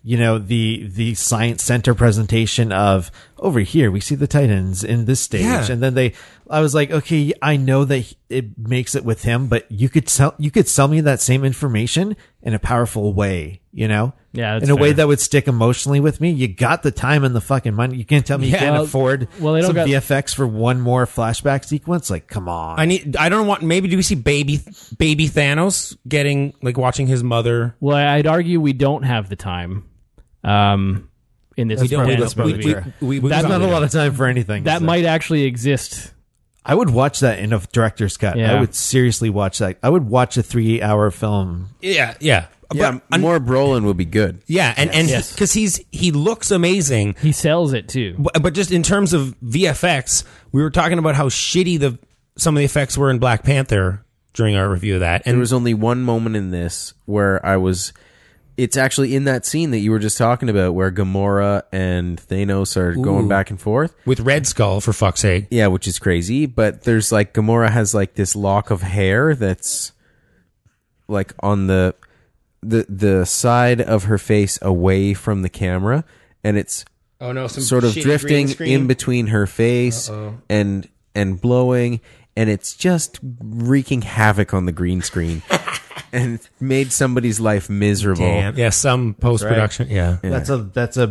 F: you know, the, the science center presentation of over here, we see the Titans in this stage.
C: Yeah.
F: And then they, I was like, okay, I know that he- it makes it with him, but you could sell, you could sell me that same information in a powerful way, you know?
E: Yeah,
F: In a
E: that's
F: way
E: fair.
F: that would stick emotionally with me. You got the time and the fucking money. You can't tell me you
C: Yeah.
F: can't
E: Well,
F: afford
E: well, they don't
F: some
E: got-
F: VFX for one more flashback sequence. Like, come on.
C: I need. I don't want. Maybe do we see baby baby Thanos getting like watching his mother?
E: well, I'd argue we don't have the time. Um, in this,
C: We don't.
E: Thanos
C: We,
E: movie.
C: we, we, we,
F: That's not a
C: probably
F: lot of time for anything.
E: that
F: is it?
E: might actually exist.
F: I would watch that in a director's cut. I
E: Yeah.
F: would seriously watch that. I would watch a three hour film.
C: don't. Yeah, yeah,
D: Yeah,
C: But-
D: more Brolin would be good.
C: yeah, and and because he's he looks amazing.
E: He sells it too.
C: But- but just in terms of VFX, we were talking about how shitty the some of the effects were in Black Panther during our review of that.
D: There
C: And
D: was only one moment in this where I was. It's actually in that scene that you were just talking about where Gamora and Thanos are going back and forth.
C: with Red Skull, for fuck's sake,
D: Yeah, which is crazy. But there's like Gamora has like this lock of hair that's like on the the the side of her face away from the camera, and it's
C: oh no, some
D: sort of drifting in between her face and and blowing, and it's just wreaking havoc on the green screen, and it's made somebody's life miserable.
C: Damn. Yeah, some post production. Yeah.
F: That's a that's a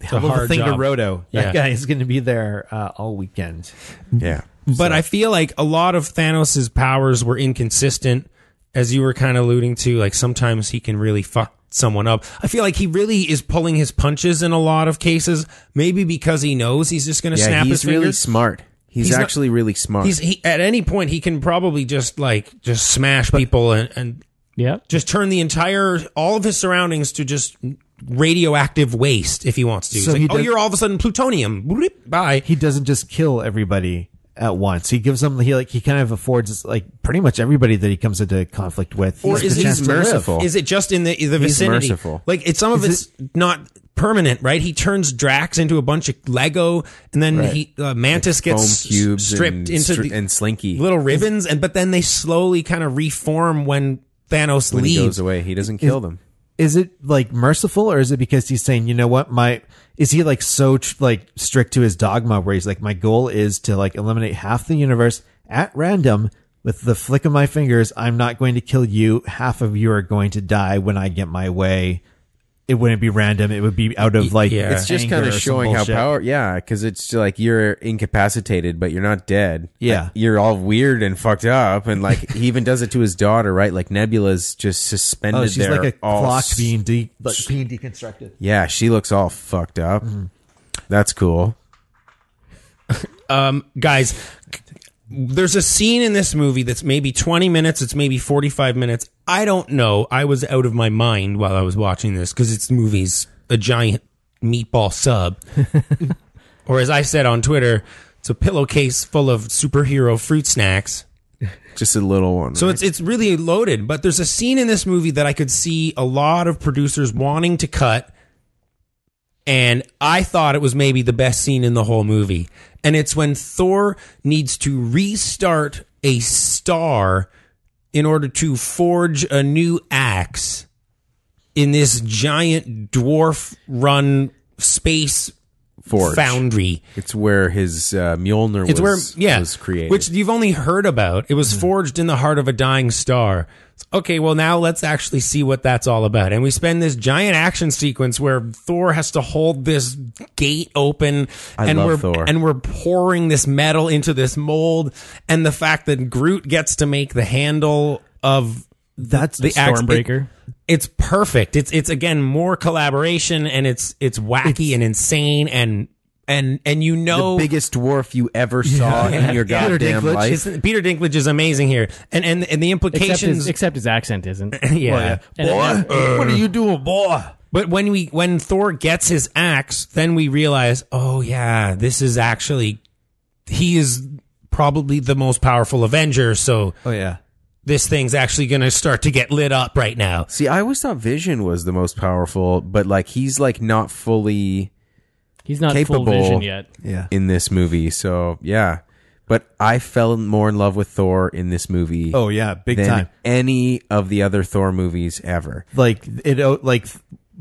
F: hell of a
C: hard
F: thing to
C: job.
F: roto.
C: Yeah.
F: That guy is going to be there uh, all weekend.
D: Yeah,
C: But I feel like a lot of Thanos' powers were inconsistent, as you were kind of alluding to. Like sometimes he can really fuck someone up. I feel like he really is pulling his punches in a lot of cases, maybe because he knows he's just going to
D: yeah,
C: snap
D: he's
C: his
D: really
C: fingers.
D: smart. He's,
C: He's not-
D: actually really smart.
C: He's he, at any point he can probably just like just smash people and, and
E: Yeah.
C: just turn the entire all of his surroundings to just radioactive waste if he wants to.
F: So
C: So
F: he
C: oh,
F: does-
C: you're all of a sudden plutonium. Bloop, Bye.
F: he doesn't just kill everybody at once. He gives them he like he kind of affords like pretty much everybody that he comes into conflict with.
C: Or
F: He's
C: is
F: the
C: it-
F: chance
D: he's
F: to live.
D: merciful.
C: Is it just in the the vicinity?
D: merciful.
C: Like it's some of it's not permanent, right? He turns Drax into a bunch of Lego, and then he uh, Mantis
D: Foam
C: gets s-
D: cubes
C: stripped
D: and
C: into
D: stri-
C: the
D: and slinky.
C: little ribbons, and but then they slowly kind of reform when Thanos
D: when
C: leaves.
D: he goes away, he doesn't kill them.
F: Is it like merciful, or is it because he's saying, you know what, my is he like so tr- like strict to his dogma where he's like, my goal is to like eliminate half the universe at random with the flick of my fingers. I'm not going to kill you. Half of you are going to die when I get my way. It wouldn't be random. It would be out of like
C: yeah.
D: It's just
F: anger
D: kind
F: or
D: of
F: some
D: showing how
F: bullshit.
D: power. Yeah, because it's like you're incapacitated, but you're not dead.
F: Yeah.
D: Like, you're all weird and fucked up, and like he even does it to his daughter, right? Like Nebula's just suspended
F: Oh, she's
D: there.
F: like a
D: all
F: clock
D: s-
F: being de- like being deconstructed.
D: Yeah, she looks all fucked up.
F: Mm.
D: That's cool.
C: Um, guys there's a scene in this movie that's maybe 20 minutes it's maybe 45 minutes i don't know i was out of my mind while i was watching this because it's the movie's a giant meatball sub or as i said on twitter it's a pillowcase full of superhero fruit snacks
D: Just a little one.
C: so it's it's really loaded, but there's a scene in this movie that I could see a lot of producers wanting to cut and I thought it was maybe the best scene in the whole movie. And it's when Thor needs to restart a star in order to forge a new axe in this giant dwarf run space
D: Forge.
C: foundry.
D: It's where his uh, Mjolnir
C: It's
D: was,
C: where yeah,
D: was created. Mm-hmm.
C: which you've only heard about. It was forged in the heart of a dying star. Okay, well now let's actually see what that's all about. And we spend this giant action sequence where Thor has to hold this gate open,
D: I
C: and
D: love
C: we're
D: Thor.
C: and we're pouring this metal into this mold, and the fact that Groot gets to make the handle of
F: That's
C: the axe- it-
E: Stormbreaker.
C: it's perfect. It's it's again more collaboration, and it's it's wacky and insane, and and and you know
D: the biggest dwarf you ever saw in your goddamn
F: Dinklage.
D: life.
C: His- Peter Dinklage is amazing here, and and and the
E: Except
C: implications.
E: his, except his accent isn't.
C: yeah.
E: And- and-
F: what are you doing, boy?
C: But when we when Thor gets his axe, then we realize, oh yeah, this is actually he is probably the most powerful Avenger. So
F: Oh yeah.
C: this thing's actually going to start to get lit up right now.
D: See, I always thought Vision was the most powerful, but like he's like not fully
E: he's not full
D: capable.
E: vision yet.
F: Yeah.
D: in this movie. So yeah, but I fell more in love with Thor in this movie.
F: Oh yeah, big
D: than
F: time.
D: any of the other Thor movies ever.
F: Like it. oh, Like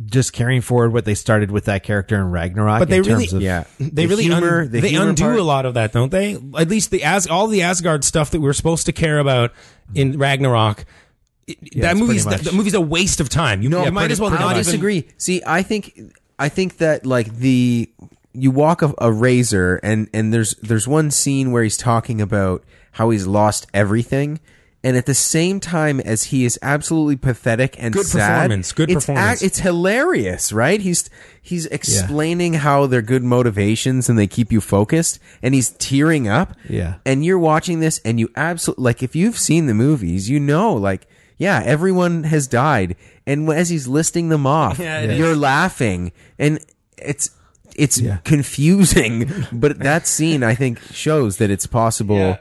F: just carrying forward what they started with that character in Ragnarok.
C: But they
F: in
C: really-
F: terms of,
D: Yeah,
C: They
D: The
C: really un-
D: humor- the
C: they
D: humor
C: undo
D: part-
C: a lot of that, don't they? At least the As- all the Asgard stuff that we're supposed to care about in Ragnarok. it- that
F: it's
C: movie's
F: pretty
C: that,
F: much-
C: movie's a waste of time. You, you might as well not
D: I
C: even
D: disagree. See, I think I think that like the you walk a, a razor and and there's there's one scene where he's talking about how he's lost everything. And at the same time as he is absolutely pathetic and
C: Good
D: sad,
C: performance, good
D: it's
C: performance.
D: it's hilarious, right? He's he's explaining how they're good motivations and they keep you focused, and he's tearing up.
F: Yeah.
D: and you're watching this, and you absolutely like if you've seen the movies, you know, like yeah, everyone has died, and as he's listing them off, you're laughing, and it's it's confusing, but that scene I think shows that it's possible.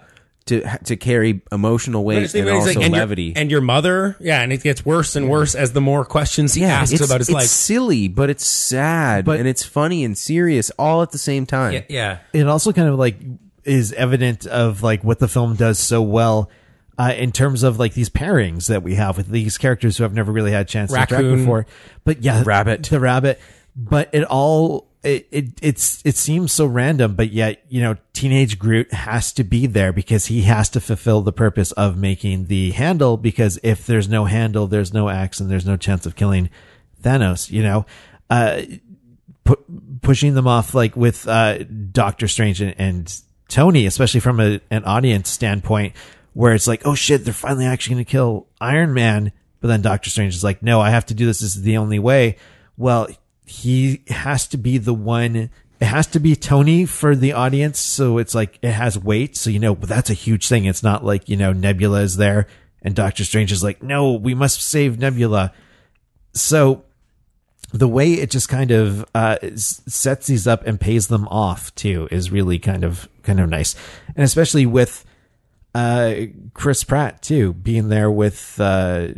D: To, to carry emotional
C: But
D: weight
C: it's the
D: and
C: way he's
D: also
C: like, and your-
D: levity
C: and your mother, yeah, and it gets worse and worse as the more questions he asks
D: it's,
C: about his
D: it's
C: life.
D: silly, but it's sad, and it's funny and serious all at the same time.
C: Yeah, yeah.
F: it also kind of like is evident of like what the film does so well uh, in terms of like these pairings that we have with these characters who have never really had a chance to
C: Raccoon.
F: interact before. But yeah,
D: Rabbit.
F: the rabbit. But it all it, it it's it seems so random, but yet you know, teenage Groot has to be there because he has to fulfill the purpose of making the handle. Because if there's no handle, there's no axe, and there's no chance of killing Thanos. You know, uh, pu- pushing them off like with uh, Doctor Strange and, and Tony, especially from a, an audience standpoint, where it's like, oh shit, they're finally actually going to kill Iron Man. But then Doctor Strange is like, no, I have to do this. This is the only way. Well, he has to be the one. It has to be Tony for the audience. So it's like, it has weight. So, you know, that's a huge thing. It's not like, you know, Nebula is there and Doctor Strange is like, no, we must save Nebula. So the way it just kind of uh, s- sets these up and pays them off too is really kind of kind of nice, and especially with uh, Chris Pratt too being there with uh,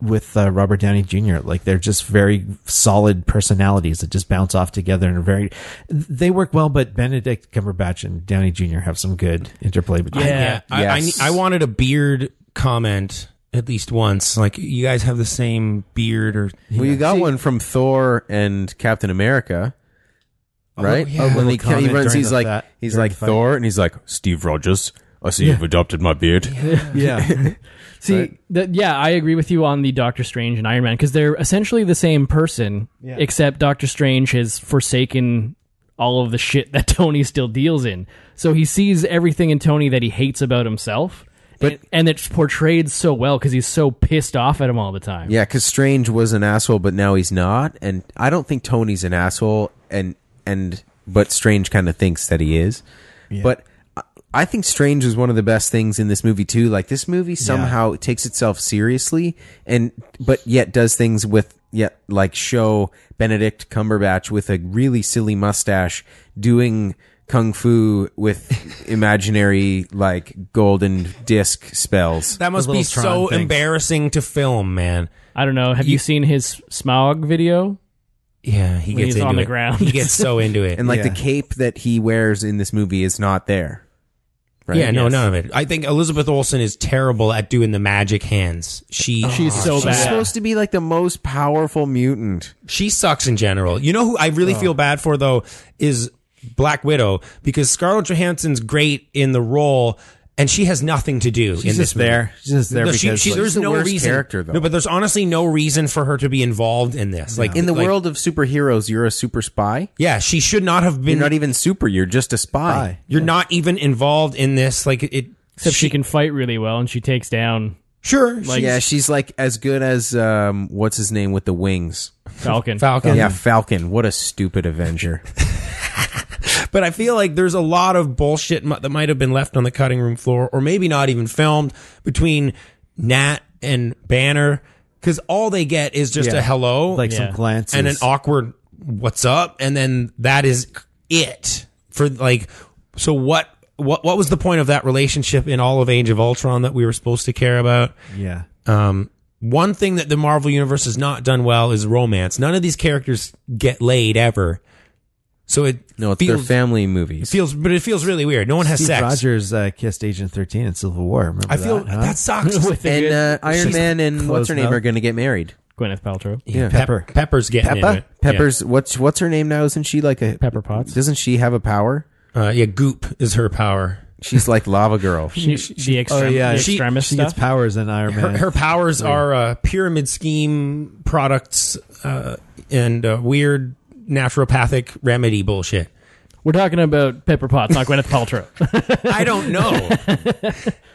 F: with uh, Robert Downey Jr. Like they're just very solid personalities that just bounce off together and are very they work well. But Benedict Cumberbatch and Downey Jr. have some good interplay between.
E: Yeah.
C: I, I,
D: Yes.
C: I wanted a beard comment at least once. Like you guys have the same beard or
D: Well, you got one from Thor and Captain America, right?
C: Oh, yeah.
D: when
F: Little
D: he, ca- he
F: comment
D: runs,
F: during
D: he's
F: the
D: like
F: fa-
D: he's
F: during
D: like
F: the fight.
D: Thor, and he's like Steve Rogers. I see you've adopted my beard.
F: Yeah.
E: See,
D: Right?
E: that- yeah, I agree with you on the Doctor Strange and Iron Man because they're essentially the same person, except Doctor Strange has forsaken all of the shit that Tony still deals in. So he sees everything in Tony that he hates about himself, but and, and it's portrayed so well because he's so pissed off at him all the time.
D: Yeah, because Strange was an asshole, but now he's not, and I don't think Tony's an asshole, and and but Strange kind of thinks that he is. But I- I think Strange is one of the best things in this movie too. Like this movie somehow takes itself seriously, and but yet does things with yet like show Benedict Cumberbatch with a really silly mustache doing kung fu with imaginary like golden disc spells.
C: that must be
F: little Tron
C: so
F: thing.
C: embarrassing to film, man.
E: I don't know. Have you, seen his Smaug video?
C: Yeah, he
E: When
C: gets
E: he's
C: into
E: on the
C: it.
E: ground.
C: He gets so into it.
D: and like the
F: Yeah.
D: cape that he wears in this movie is not there. Right?
C: Yeah, no,
D: Yes.
C: none of it. I think Elizabeth Olsen is terrible at doing the magic hands. She
E: She's so
D: She's
E: bad.
D: supposed to be like the most powerful mutant.
C: she sucks in general. You know who I really feel bad for though is Black Widow because Scarlett Johansson's great in the role. And she has nothing to do in
F: She's
C: this
F: just there.
C: movie.
F: She's just there
C: No, she-
F: because,
C: she-
F: like-
C: there's
D: She's the
C: no
D: worst
C: reason.
D: character, though.
C: No, but there's honestly no reason for her to be involved in this. Like
D: In the
C: like-
D: world of superheroes, you're a super spy.
C: yeah, she should not have been.
D: You're not e- even super. You're just a spy.
F: Spy.
C: you're not even involved in this. Like it.
E: Except she, can fight really well and she takes down
C: sure.
E: Like-
D: yeah, she's like as good as um, what's his name with the wings.
E: Falcon.
C: Falcon.
D: Yeah, Falcon. What a stupid Avenger.
C: But I feel like there's a lot of bullshit mu- that might have been left on the cutting room floor, or maybe not even filmed between Nat and Banner, because all they get is just
F: Yeah.
C: a hello,
F: like
E: Yeah.
F: some glances
C: and an awkward "What's up," and then that is it for like. So what? What? What was the point of that relationship in all of Age of Ultron that we were supposed to care about?
F: yeah.
C: Um, one thing that the Marvel Universe has not done well is romance. None of these characters get laid ever. So it
D: No, it's
C: feels,
D: their family movies.
C: feels, but it feels really weird. No one has
F: Steve
C: sex.
F: Rogers uh, kissed Agent 13 in Civil War. Remember
C: I feel
F: that,
C: that,
F: huh?
C: sucks.
E: With the
D: And
E: good
D: uh, Iron
F: she's
D: Man and
F: close
D: what's her name
F: enough.
D: are going to get married.
E: Gwyneth Paltrow.
C: Yeah, Pep-
F: Pepper.
C: Pepper's getting into
D: Peppa.
C: it.
D: Pepper's what's what's her name now? Isn't she like a
E: Pepper Potts.
D: Doesn't she have a power?
C: Yeah. Uh, yeah, Goop is her power.
D: She's like Lava Girl.
E: She, the extreme,
F: Oh yeah,
E: the
F: she,
E: extremist
F: she
E: stuff.
F: gets powers in Iron Man.
C: Her, her powers are uh, pyramid scheme products uh, and uh, weird naturopathic remedy bullshit.
E: We're talking about Pepper Potts, not Gwyneth Paltrow.
C: I don't know.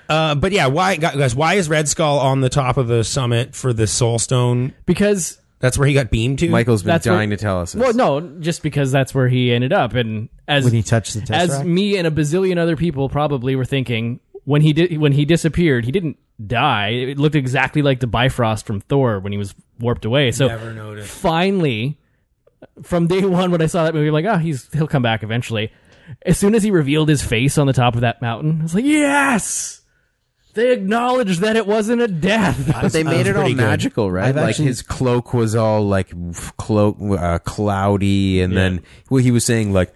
C: uh, but yeah, why guys? Why is Red Skull on the top of the summit for the Soul Stone?
E: because
C: That's where he got beamed to.
D: Michael's been
E: That's
D: dying
E: what-
D: to tell us. This.
E: well, no, just because that's where he ended up, and as
F: when he touched the tesseract.
E: as me and a bazillion other people probably were thinking when he did when he disappeared, he didn't die. It looked exactly like the Bifrost from Thor when he was warped away. So
C: Never noticed.
E: finally, from day one when I saw that movie, I'm like, oh, he's he'll come back eventually. As soon as he revealed his face on the top of that mountain, I was like, yes. They acknowledged that it wasn't a death.
D: But they made it all
C: pretty good.
D: magical, right?
F: I've
D: like
F: actually-
D: his cloak was all like f- cloak uh, cloudy, and then well, he was saying like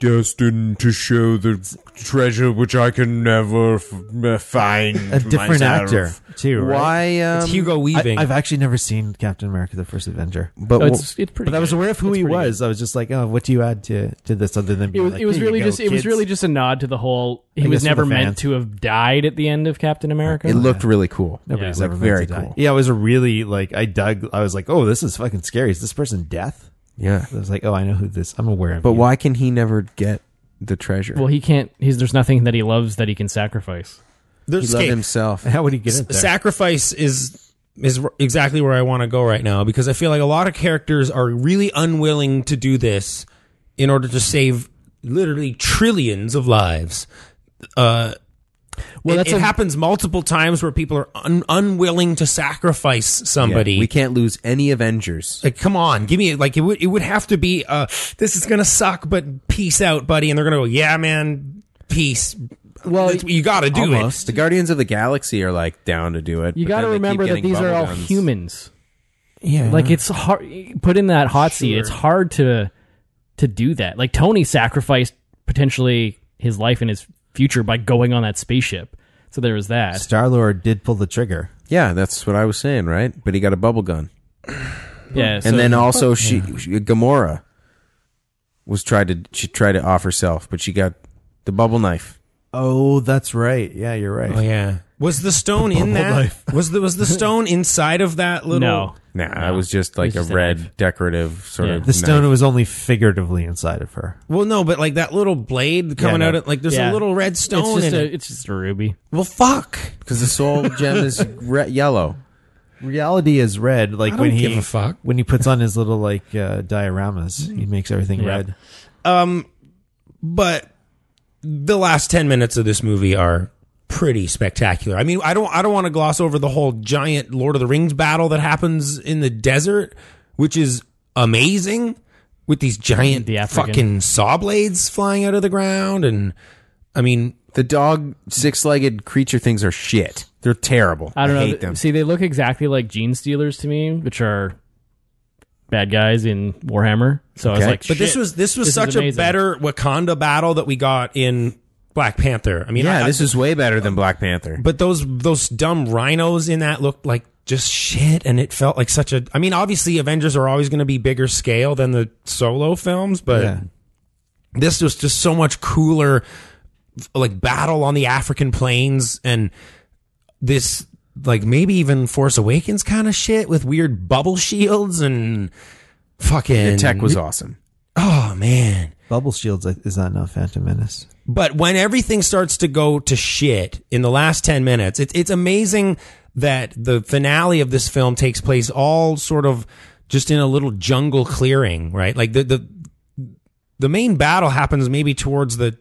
D: destined to show the treasure which I can never f- m- find.
F: a different
D: myself."
F: actor too. Right?
D: Why? Um,
C: It's Hugo Weaving.
F: I, have actually never seen Captain America: The First Avenger,
D: but
E: So
D: w-
E: it's, it's pretty
F: but I was
E: good.
F: aware of who
E: It's
F: he
E: pretty good.
F: was. I was just like, oh, what do you add to to this other than
E: It
F: being
E: was,
F: like,
E: it was
F: "Here you
E: really
F: go,
E: just it was
F: kids."
E: really just a nod to the whole he
F: I
E: was
F: guess for
E: never
F: the
E: meant
F: fans.
E: to have died at the end of Captain America.
D: it looked really cool.
F: nobody's
E: Yeah,
F: ever
D: like,
F: meant
D: very
F: to die.
D: cool.
F: Yeah, it was a really like I dug. I was like, oh, this is fucking scary. Is this person death?
D: Yeah,
F: I was like, oh, I know who this. I'm aware of.
D: but
F: you.
D: why can he never get the treasure?
E: well, he can't. He's there's nothing that he loves that he can sacrifice.
D: he
C: There's
D: loved
C: okay,
D: himself.
F: How would he get
C: s-
F: it there?
C: sacrifice is is r- exactly where I want to go right now because I feel like a lot of characters are really unwilling to do this in order to save literally trillions of lives. Uh, well, it,
E: that's
C: it
E: a-
C: happens multiple times where people are un- unwilling to sacrifice
D: Yeah,
C: somebody.
D: we can't lose any Avengers.
C: like, come on, give me like it would it would have to be. Uh, this is gonna suck, but peace out, buddy. And they're gonna go, yeah, man, peace. Well, you got to do it.
D: The Guardians of the Galaxy are like down to do it.
E: You
D: but
E: got to
D: then they keep
E: remember that
D: getting
E: these are all
D: bubblegums.
E: humans.
C: Yeah,
E: Like it's hard put in that hot seat. It's hard to to do that. Like Tony sacrificed potentially his life and his future by going on that spaceship. So there was that.
F: Star Lord did pull the trigger.
D: Yeah, that's what I was saying, right? But he got a bubble gun,
E: yeah. so-
D: and then also she, she Gamora was tried to she tried to off herself, but she got the bubble knife.
F: Oh, that's right. Yeah, you're right.
C: Oh yeah. Was the stone in that?
F: life.
C: Was the was the stone inside of that little?
E: no.
D: Nah, it was just like
E: It was just
D: a
E: a
D: red
E: knife.
D: decorative sort
E: Yeah.
D: of
F: The stone
D: knife.
F: was only figuratively inside of her.
C: Well, no, but like that little blade coming
F: no.
C: out of like there's
E: Yeah.
C: a little red stone
E: It's just,
C: in
E: a,
C: it.
E: it's just a ruby.
C: Well, fuck.
D: because the soul gem is red, yellow.
F: Reality is red. Like
C: I
F: when
C: don't
F: he
C: give a fuck. Mm-hmm.
F: when he puts on his little like uh, dioramas, he makes everything
E: Yeah.
F: red.
C: But the last ten minutes of this movie are pretty spectacular. I mean, I don't I don't want to gloss over the whole giant Lord of the Rings battle that happens in the desert, which is amazing with these giant
E: The African.
C: fucking saw blades flying out of the ground and I mean,
D: The dog six legged creature things are shit. They're terrible.
E: I
D: I
E: don't know.
D: hate
E: th-
D: them.
E: See, they look exactly like gene stealers to me, which are bad guys in Warhammer. So I was
D: Okay.
E: like,
C: But this
E: shit,
C: was this was
E: is
C: such a
E: amazing.
C: better Wakanda battle that we got in Black Panther. I mean,
D: yeah,
C: I- I-
D: this is way better than Black Panther.
C: but those those dumb rhinos in that looked like just shit, and it felt like such a. I mean, obviously, Avengers are always going to be bigger scale than the solo films, but
F: Yeah.
C: this was just so much cooler. Like battle on the African plains, and this like maybe even Force Awakens kind of shit with weird bubble shields and fucking
D: the tech was awesome.
C: Oh man.
F: Bubble shields like, is that not Phantom Menace?
C: But when everything starts to go to shit in the last 10 minutes, it's, it's amazing that the finale of this film takes place all sort of just in a little jungle clearing, right? Like the, the, the main battle happens maybe towards the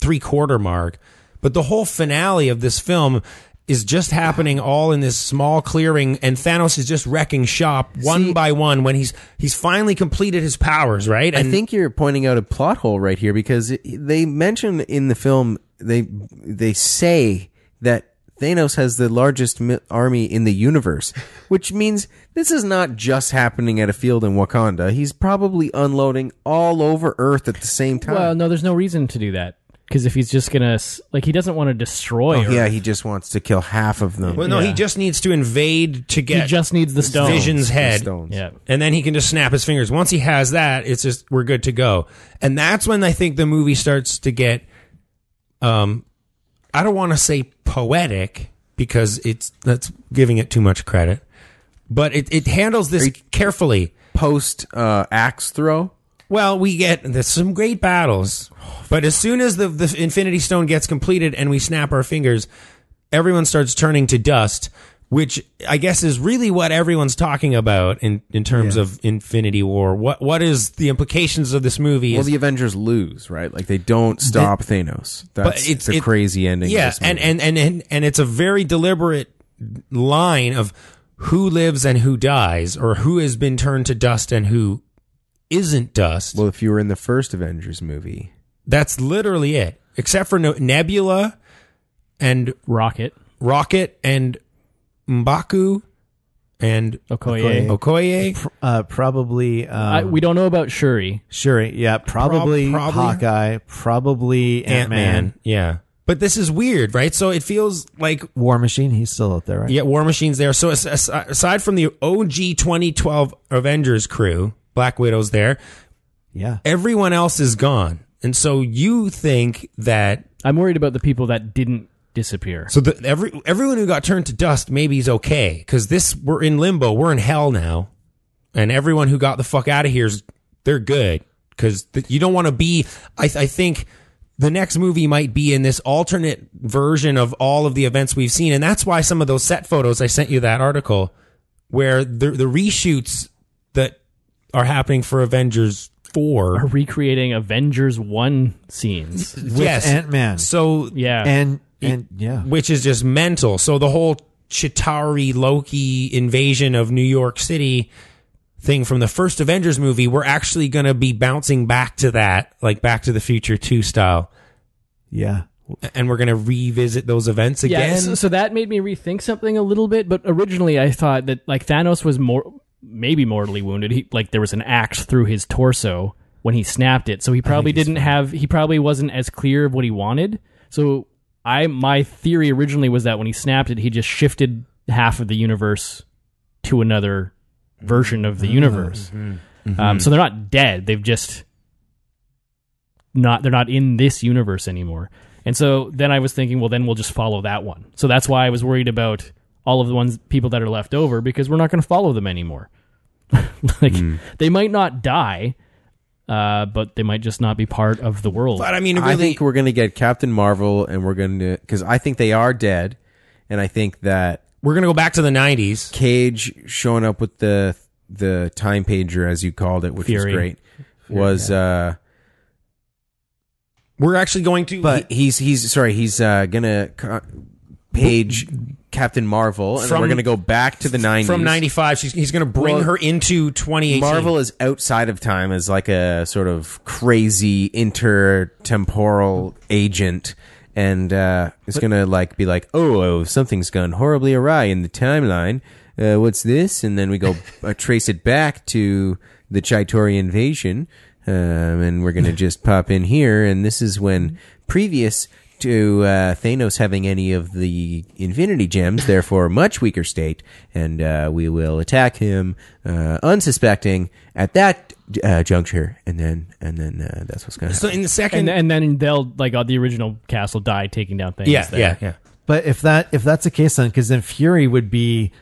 C: three quarter mark, but the whole finale of this film is just happening all in this small clearing and Thanos is just wrecking shop one by one when he's he's finally completed his powers, right?
D: I
C: And
D: think you're pointing out a plot hole right here because it- they mention in the film they they say that Thanos has the largest mi- army in the universe, which means this is not just happening at a field in Wakanda. He's probably unloading all over Earth at the same time.
E: Well, no, there's no reason to do that because if he's just gonna s- like, he doesn't want to destroy.
D: Oh,
E: her.
D: yeah, he just wants to kill half of them.
C: well, no, he
E: yeah.
C: just needs to invade to
E: he
C: get
E: just needs the stone.
C: Vision's head.
D: stones.
E: Yeah.
C: And then he can just snap his fingers. Once he has that, it's just we're good to go. And that's when I think the movie starts to get um I don't want to say poetic because it's that's giving it too much credit. But it, it handles this carefully.
D: Post uh, axe throw.
C: Well, we get there's some great battles, but as soon as the the Infinity Stone gets completed and we snap our fingers, everyone starts turning to dust, which I guess is really what everyone's talking about in in terms of Infinity War. What what is the implications of this movie?
D: Well,
C: is-
D: the Avengers lose, right? Like they don't stop Thanos. That's
C: it's-
D: the
C: it-
D: crazy ending.
C: yeah,
D: of this movie.
C: and, and and and and it's a very deliberate line of who lives and who dies, or who has been turned to dust and who isn't dust.
D: well, if you were in the first Avengers movie,
C: That's literally it, except for no- Nebula and
E: Rocket
C: Rocket and Mbaku and
E: Okoye.
C: Okoye.
F: Pr- uh, probably. Um,
E: I, we don't know about Shuri.
F: sure. Yeah. Probably,
C: Prob- probably-
F: Hawkeye. Probably Ant Man.
C: Yeah. But this is weird, right? So it feels like
F: War Machine. He's still out there, right?
C: yeah, War Machine's there. So as- as- aside from the OG 2012 Avengers crew, Black Widow's there.
F: Yeah.
C: Everyone else is gone. And so you think that
E: I'm worried about the people that didn't disappear.
C: so the, every everyone who got turned to dust maybe is okay because this we're in limbo, we're in hell now, and everyone who got the fuck out of here is they're good because th- you don't want to be. I, I think the next movie might be in this alternate version of all of the events we've seen, and that's why some of those set photos I sent you that article where the the reshoots that are happening for Avengers
E: Are
C: four.
E: recreating Avengers one scenes.
F: With Ant Man.
C: So
E: Yeah.
F: And and yeah.
C: which is just mental. So the whole Chitauri Loki invasion of New York City thing from the first Avengers movie, we're actually going to be bouncing back to that, like Back to the Future 2 style.
F: Yeah.
C: And we're going to revisit those events again.
E: Yeah, so, so that made me rethink something a little bit. But originally, I thought that like Thanos was more, maybe mortally wounded. He like there was an axe through his torso when he snapped it, so he probably didn't have. He probably wasn't as clear of what he wanted. So I my theory originally was that when he snapped it, he just shifted half of the universe to another version of the universe. Um, so they're not dead. They've just not they're not in this universe anymore. And so then I was thinking, well, then we'll just follow that one. So that's why I was worried about all of the ones people that are left over because we're not going to follow them anymore. like they might not die, uh, but they might just not be part of the world.
C: But I mean, it really,
D: I think we're going to get Captain Marvel, and we're going to because I think they are dead, and I think that
C: we're gonna go back to the '90s.
D: Cage showing up with the the time pager as you called it, which
E: Fury.
D: was great, was uh
C: We're actually going to,
D: but he's he's sorry he's uh gonna co- page Captain Marvel, and
C: From-
D: we're gonna go back to the nineties
C: from '95, she's, he's gonna bring
D: Well,
C: her into 2018.
D: Marvel is outside of time as like a sort of crazy intertemporal agent, and uh, it's gonna like be like, oh, oh, something's gone horribly awry in the timeline. Uh, what's this? And then we go uh, trace it back to the Chitauri invasion, um, and we're gonna just pop in here, and this is
C: Mm-hmm.
D: when previous. To uh, Thanos having any of the Infinity Gems, therefore much weaker state, and uh, we will attack him uh, unsuspecting at that uh, juncture, and then and then uh, that's what's going to
C: so
D: happen.
C: in the second,
E: and and then they'll like uh, the original cast will die taking down things.
C: yeah,
E: there.
C: yeah, yeah.
F: But if that if that's the case, then because then Fury would be,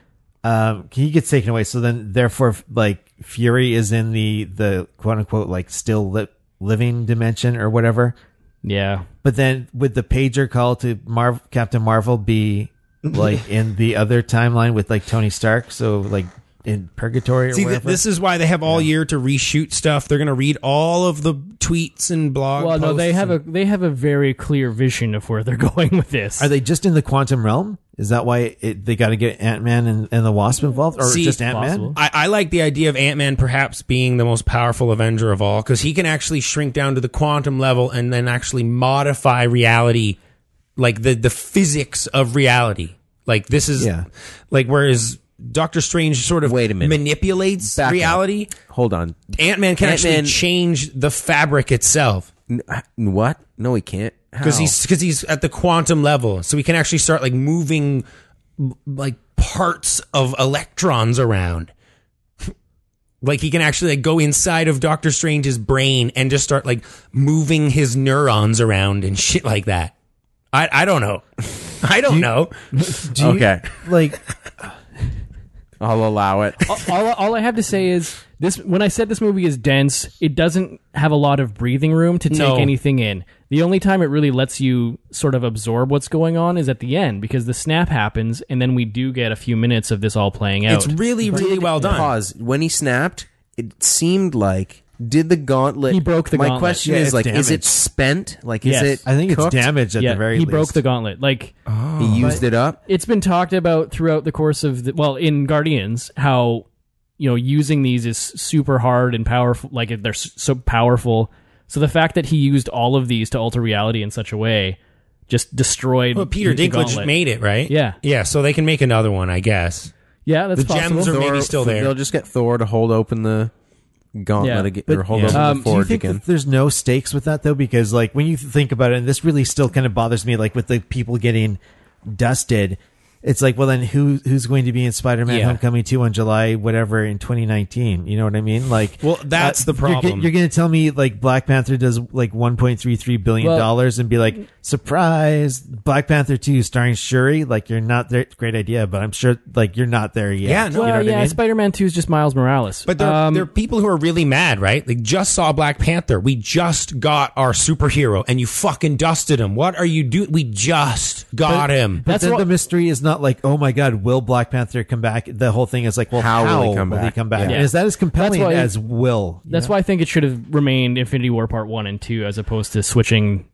F: uh, he gets taken away. So then, therefore, f- like Fury is in the the quote unquote like still li- living dimension or whatever.
E: yeah.
F: But then, would the pager call to Marv Captain Marvel be like in the other timeline with like Tony Stark? So like in purgatory or
C: See, th-
F: whatever.
C: this is why they have all year to reshoot stuff. They're gonna read all of the tweets and blog.
E: Well, no, they
C: posts
E: have
C: and-
E: a they have a very clear vision of where they're going with this.
F: Are they just in the quantum realm? Is that why it, they got to get Ant Man and, and the Wasp involved, or
C: See,
F: just Ant
E: possible.
F: Man?
C: I, I like the idea of Ant Man perhaps being the most powerful Avenger of all because he can actually shrink down to the quantum level and then actually modify reality, like the the physics of reality. Like this is
F: Yeah.
C: like whereas Doctor Strange sort of
D: Wait a minute.
C: manipulates
D: Back up.
C: reality.
D: Hold on,
C: Ant Man can
D: Ant-Man-
C: actually change the fabric itself
D: N- uh, what? No, he can't.
C: because
D: How?
C: he's because he's at the quantum level, so he can actually start like moving m- like parts of electrons around. like he can actually like go inside of Doctor Strange's brain and just start like moving his neurons around and shit like that. I I don't know. I don't know.
F: Do you-
D: okay.
F: Like
D: I'll allow it.
E: all, all I have to say is this: when I said this movie is dense, it doesn't have a lot of breathing room to take
C: No.
E: anything in. The only time it really lets you sort of absorb what's going on is at the end because the snap happens, and then we do get a few minutes of this all playing out.
C: It's really really well done.
D: Pause. When he snapped, it seemed like did the gauntlet?
E: He broke the
D: My
E: gauntlet.
D: question
F: Yeah,
D: is
F: it's
D: like, is it
F: damaged.
D: spent? Like,
E: Yes.
D: is it?
F: I think
D: cooked?
F: it's damaged at
E: yeah,
F: the very
E: he
F: least.
E: broke the gauntlet. Like
D: He used it up.
E: it's been talked about throughout the course of the well in Guardians how you know using these is super hard and powerful like they're s- so powerful so the fact that he used all of these to alter reality in such a way just destroyed
C: Well, Peter
E: the- the
C: Dinklage
E: gauntlet.
C: made it right.
E: Yeah.
C: yeah. So they can make another one, I guess.
E: yeah that's
C: the gems
E: possible
C: are- Maybe still there.
D: They'll just get Thor to hold open the gauntlet
E: Yeah.
D: again,
F: But-
D: or hold
C: Yeah.
D: open
E: Um,
D: the
E: do
F: Do you
D: forge
F: think
D: again.
F: that there's no stakes with that though? Because like when you think about it, and this really still kind of bothers me, like with the people getting dusted, it's like, well, then who who's going to be in Spider-Man:
C: Yeah.
F: Homecoming two on July whatever in 2019? You know what I mean? Like, uh,
C: Well, that's the
F: you're go-
C: problem.
F: You're, going to tell me like Black Panther does like 1.33 billion
E: Well-
F: dollars and be like, surprise, Black Panther two starring Shuri? Like, you're not there. Great idea, but I'm sure like you're not there yet.
C: Yeah, no,
F: you
E: well
F: know what
E: yeah
F: I mean?
E: Spider-Man 2 is just Miles Morales Um,
C: But there, there are people who are really mad, right? They just saw Black Panther. We just got our superhero, and you fucking dusted him. What are you doing? We just got him.
F: But
E: That's
F: then
E: what-
F: the mystery is not like, oh my god, will Black Panther come back? The whole thing is like, well, how, will he come back?
D: Yeah.
F: And is that as compelling
E: That's why-
F: as will? you
E: that's
F: know?
E: why I think it should have remained Infinity War part 1 and 2 as opposed to switching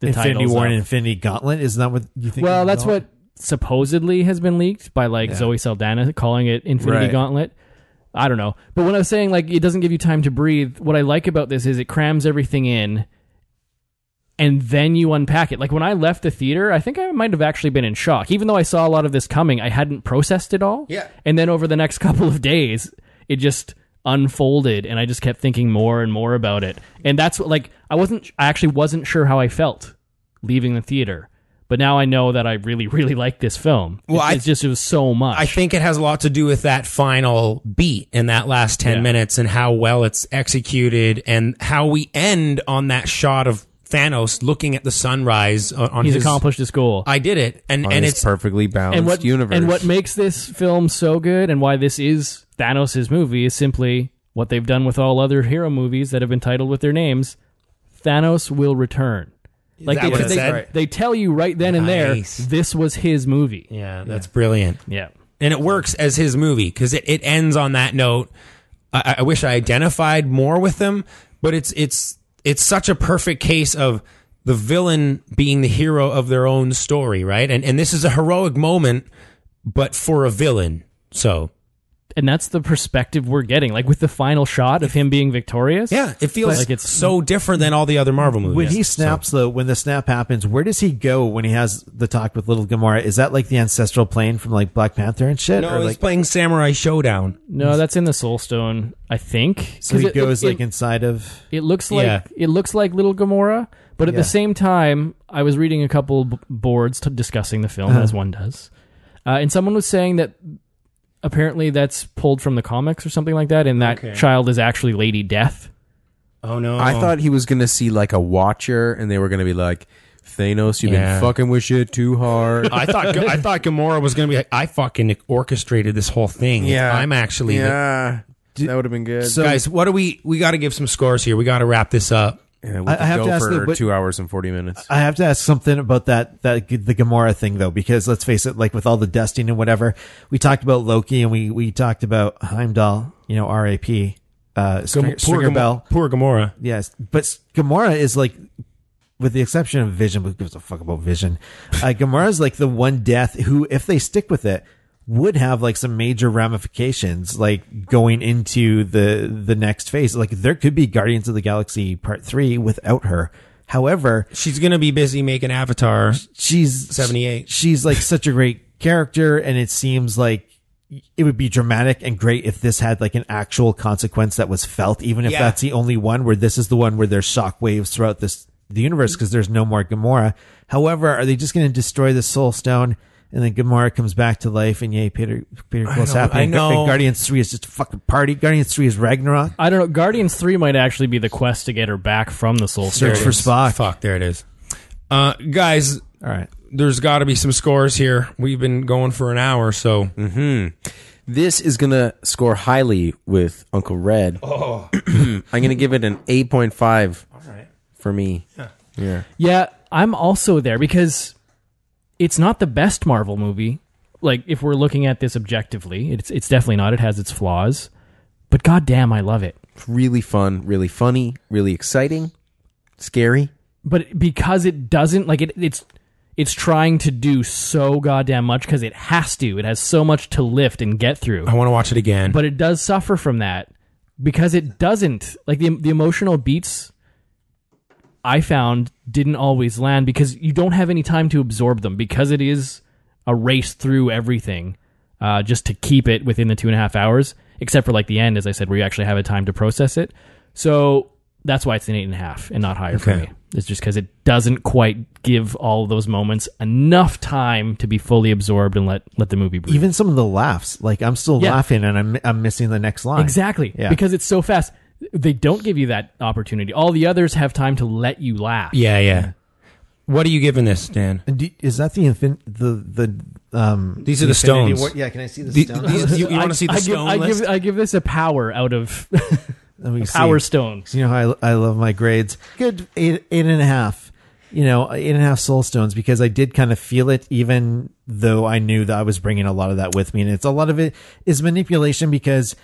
E: the
F: Infinity
E: titles
F: War
E: up.
F: and Infinity Gauntlet is not what you think.
E: Well,
F: it
E: that's
F: was?
E: what supposedly has been leaked by like Zoe Saldana calling it Infinity
D: Right.
E: Gauntlet. I don't know. But when I was saying like it doesn't give you time to breathe, what I like about this is it crams everything in and then you unpack it. Like when I left the theater, I think I might have actually been in shock. Even though I saw a lot of this coming, I hadn't processed it all.
C: Yeah.
E: And then over the next couple of days, it just unfolded and I just kept thinking more and more about it. And that's what like I wasn't I actually wasn't sure how I felt leaving the theater. But now I know that I really, really like this film.
C: Well,
E: it's,
C: I-
E: it's just it was so much.
C: I think it has a lot to do with that final beat in that last 10
E: Yeah.
C: minutes and how well it's executed and how we end on that shot of Thanos looking at the sunrise on, on
E: he's Oh,
C: his
E: accomplished his goal.
C: I did it. And, and it's
D: perfectly balanced
E: and what
D: universe.
E: and what makes this film so good and why this is Thanos' movie is simply what they've done with all other hero movies that have been titled with their names. Thanos will return. Like
C: that what it
E: they,
C: said?
E: they,
C: Right.
E: they tell you right then and
C: Nice.
E: there, this was his movie.
C: yeah, that's brilliant.
E: Yeah.
C: and it works as his movie because it, it ends on that note. I, I wish I identified more with him, but it's it's it's such a perfect case of the villain being the hero of their own story, right? And and this is a heroic moment, but for a villain. So
E: And that's the perspective we're getting. Like with the final shot of him being victorious.
C: yeah, it feels
E: Like
C: like
E: it's-
C: it's so different than all the other Marvel movies.
F: When he
C: So-
F: snaps, though, when the snap happens, where does he go when he has the talk with little Gamora? Is that like the ancestral plane from like Black Panther and shit?
C: no,
F: or
C: he's
F: like
C: playing Samurai Showdown.
E: No, that's in the Soul Stone, I think.
F: so he
E: 'Cause it-
F: goes
E: it-
F: like inside of
E: It looks like
C: Yeah.
E: it looks like Little Gamora, but at
F: Yeah.
E: the same time, I was reading a couple b- boards t- discussing the film as one does, uh, and someone was saying that apparently that's pulled from the comics or something like that, and that child is actually Lady Death.
C: Oh no!
D: I thought he was gonna see like a Watcher, and they were gonna be like, Thanos, you've
C: Yeah.
D: been fucking with shit too hard.
C: I thought I thought Gamora was gonna be like I fucking orchestrated this whole thing. I'm actually the-
D: yeah. that would have been good.
F: So-
C: guys, what do we? We got to give some scores here. We got to wrap this up.
D: yeah, we
F: I-
D: could
F: I have
D: go
F: to ask
D: for
F: you, but-
D: two hours and forty minutes.
F: I have to ask something about that that the Gamora thing though, because let's face it, like with all the dusting and whatever, we talked about Loki and we we talked about Heimdall, you know, R.A.P. Uh, String, Stringer Bell.
C: Poor Gamora.
F: Yes, but S- Gamora is like, with the exception of Vision, who gives a fuck about Vision? Uh, Gamora is like the one death who, if they stick with it, would have like some major ramifications, like going into the the next phase. Like there could be Guardians of the Galaxy Part Three without her. However,
C: She's gonna be busy making Avatar.
F: she's
C: 78.
F: She's like such a great character, and it seems like it would be dramatic and great if this had like an actual consequence that was felt, even if
C: Yeah.
F: that's the only one where this is the one where there's shock waves throughout this the universe because there's no more Gamora. However, are they just going to destroy the Soul Stone? And then Gamora comes back to life, and yay, Peter Peter Quill's
C: know,
F: happy.
C: I
F: And Gu- and
C: know.
F: Guardians Three is just a fucking party. Guardians Three is Ragnarok.
E: I don't know. Guardians Three might actually be the quest to get her back from the Soul
F: Search
E: Stone.
F: for Spock.
C: Fuck, there it is. Uh, guys,
F: All right.
C: there's got to be some scores here. We've been going for an hour, so
E: Mm-hmm.
D: This is gonna score highly with Uncle Red. Oh, I'm gonna give it an eight point five. All right. For me,
E: Yeah, I'm also there because it's not the best Marvel movie. Like if we're looking at this objectively, it's it's definitely not. It has its flaws, but goddamn, I love it.
D: it's really fun, really funny, really exciting, scary.
E: but because it doesn't like it it's it's trying to do so goddamn much because it has to it has so much to lift and get through
C: I want to watch it again.
E: but it does suffer from that because it doesn't like the, the emotional beats i found didn't always land because you don't have any time to absorb them because it is a race through everything uh, just to keep it within the two and a half hours except for like the end as i said where you actually have a time to process it so that's why it's an eight and a half and not higher for
C: Okay.
E: me it's just because it doesn't quite give all those moments enough time to be fully absorbed and let let the movie breathe
F: Even some of the laughs, like I'm still
E: Yeah.
F: laughing and I'm I'm missing the next line.
E: Exactly.
F: Yeah.
E: Because it's so fast. They don't give you that opportunity. All the others have time to let you laugh.
C: yeah, yeah. What are you giving this, Dan?
F: And do, is that the infin the the um?
C: These are the
F: Infinity
C: stones.
F: War- Yeah, can I see the,
C: The-
F: stone?
C: these- you
E: I-
C: want to see the
E: I
C: stone
E: give,
C: list?
E: I give, I give this a power out of
F: Let me see.
E: power stone.
F: You know how I, I love my grades. Good eight eight and a half. You know, eight and a half soul stones because I did kind of feel it, even though I knew that I was bringing a lot of that with me, and it's a lot of it is manipulation because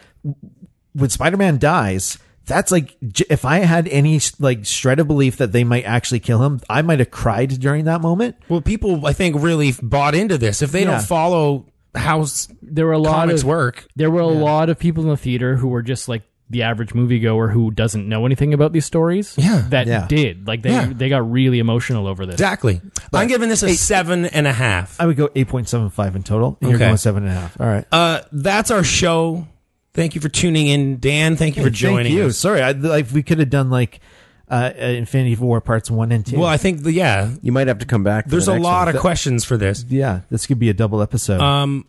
F: when Spider-Man dies, that's like j- if I had any like shred of belief that they might actually kill him, I might have cried during that moment.
C: well, people, I think, really bought into this. If they
F: Yeah.
C: don't follow how s-
E: There were a lot
C: comics
E: of
C: work,
E: there were a lot of people in the theater who were just like the average moviegoer who doesn't know anything about these stories.
C: Yeah.
E: That
F: Yeah.
E: did. Like they
C: Yeah.
E: they got really emotional over this.
C: exactly. I'm giving this a seven and a half.
F: I would go eight point seven five in total. And You're
C: Okay.
F: going seven and a half. All right.
C: Uh, that's our show. Thank you for tuning in, Dan. Thank you for
F: Hey, thank
C: joining
F: you.
C: us.
F: Sorry, I, like we could have done like uh, Infinity War parts one and two.
C: Well, I think the, yeah,
D: You might have to come back. for
C: there's
D: the
C: a
D: next
C: lot
D: one.
C: of questions for this.
F: yeah, this could be a double episode.
C: Um,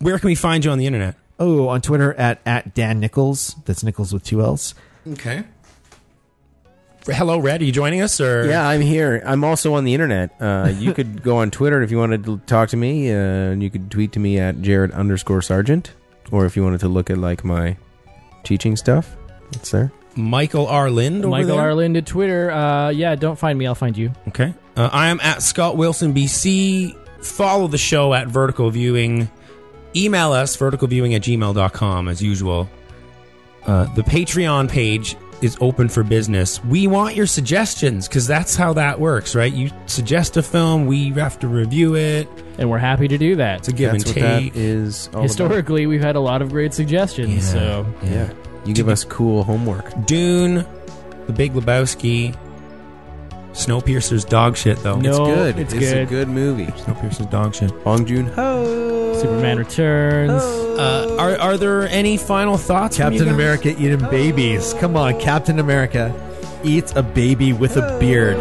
C: where can we find you on the internet?
F: oh, on Twitter at at Dan Nichols. That's Nichols with two L's.
C: Okay. Hello, Red. Are you joining us? Or
D: Yeah, I'm here. I'm also on the internet. Uh, you could go on Twitter if you wanted to talk to me, uh, and you could tweet to me at Jared underscore Sergeant, or if you wanted to look at like my teaching stuff, it's there.
C: Michael R. Lind. Over
E: Michael
C: there?
E: Arland at Twitter. Uh, yeah, don't find me. I'll find you.
C: Okay. Uh, I am at Scott Wilson BC. Follow the show at Vertical Viewing. Email us, verticalviewing at gmail.com, as usual. Uh, the Patreon page is open for business. We want your suggestions because that's how that works, right? You suggest a film, we have to review it.
E: And we're happy to do that.
C: It's a give
D: That's
C: and
D: what
C: take.
D: that is all about.
E: Historically, we've had a lot of great suggestions.
C: Yeah.
E: So
D: Yeah, you give us cool homework.
C: Dune, The Big Lebowski, Snowpiercer's dog shit, though.
E: No.
D: it's
E: Oh,
D: good.
E: it's
D: a
E: good.
D: good movie.
C: Snowpiercer's dog shit.
D: Bong Joon Ho.
E: Superman Returns.
C: Uh, are, are there any final thoughts? from you
F: Captain
C: guys?
F: America eating babies. Come on, Captain America eats a baby with a beard.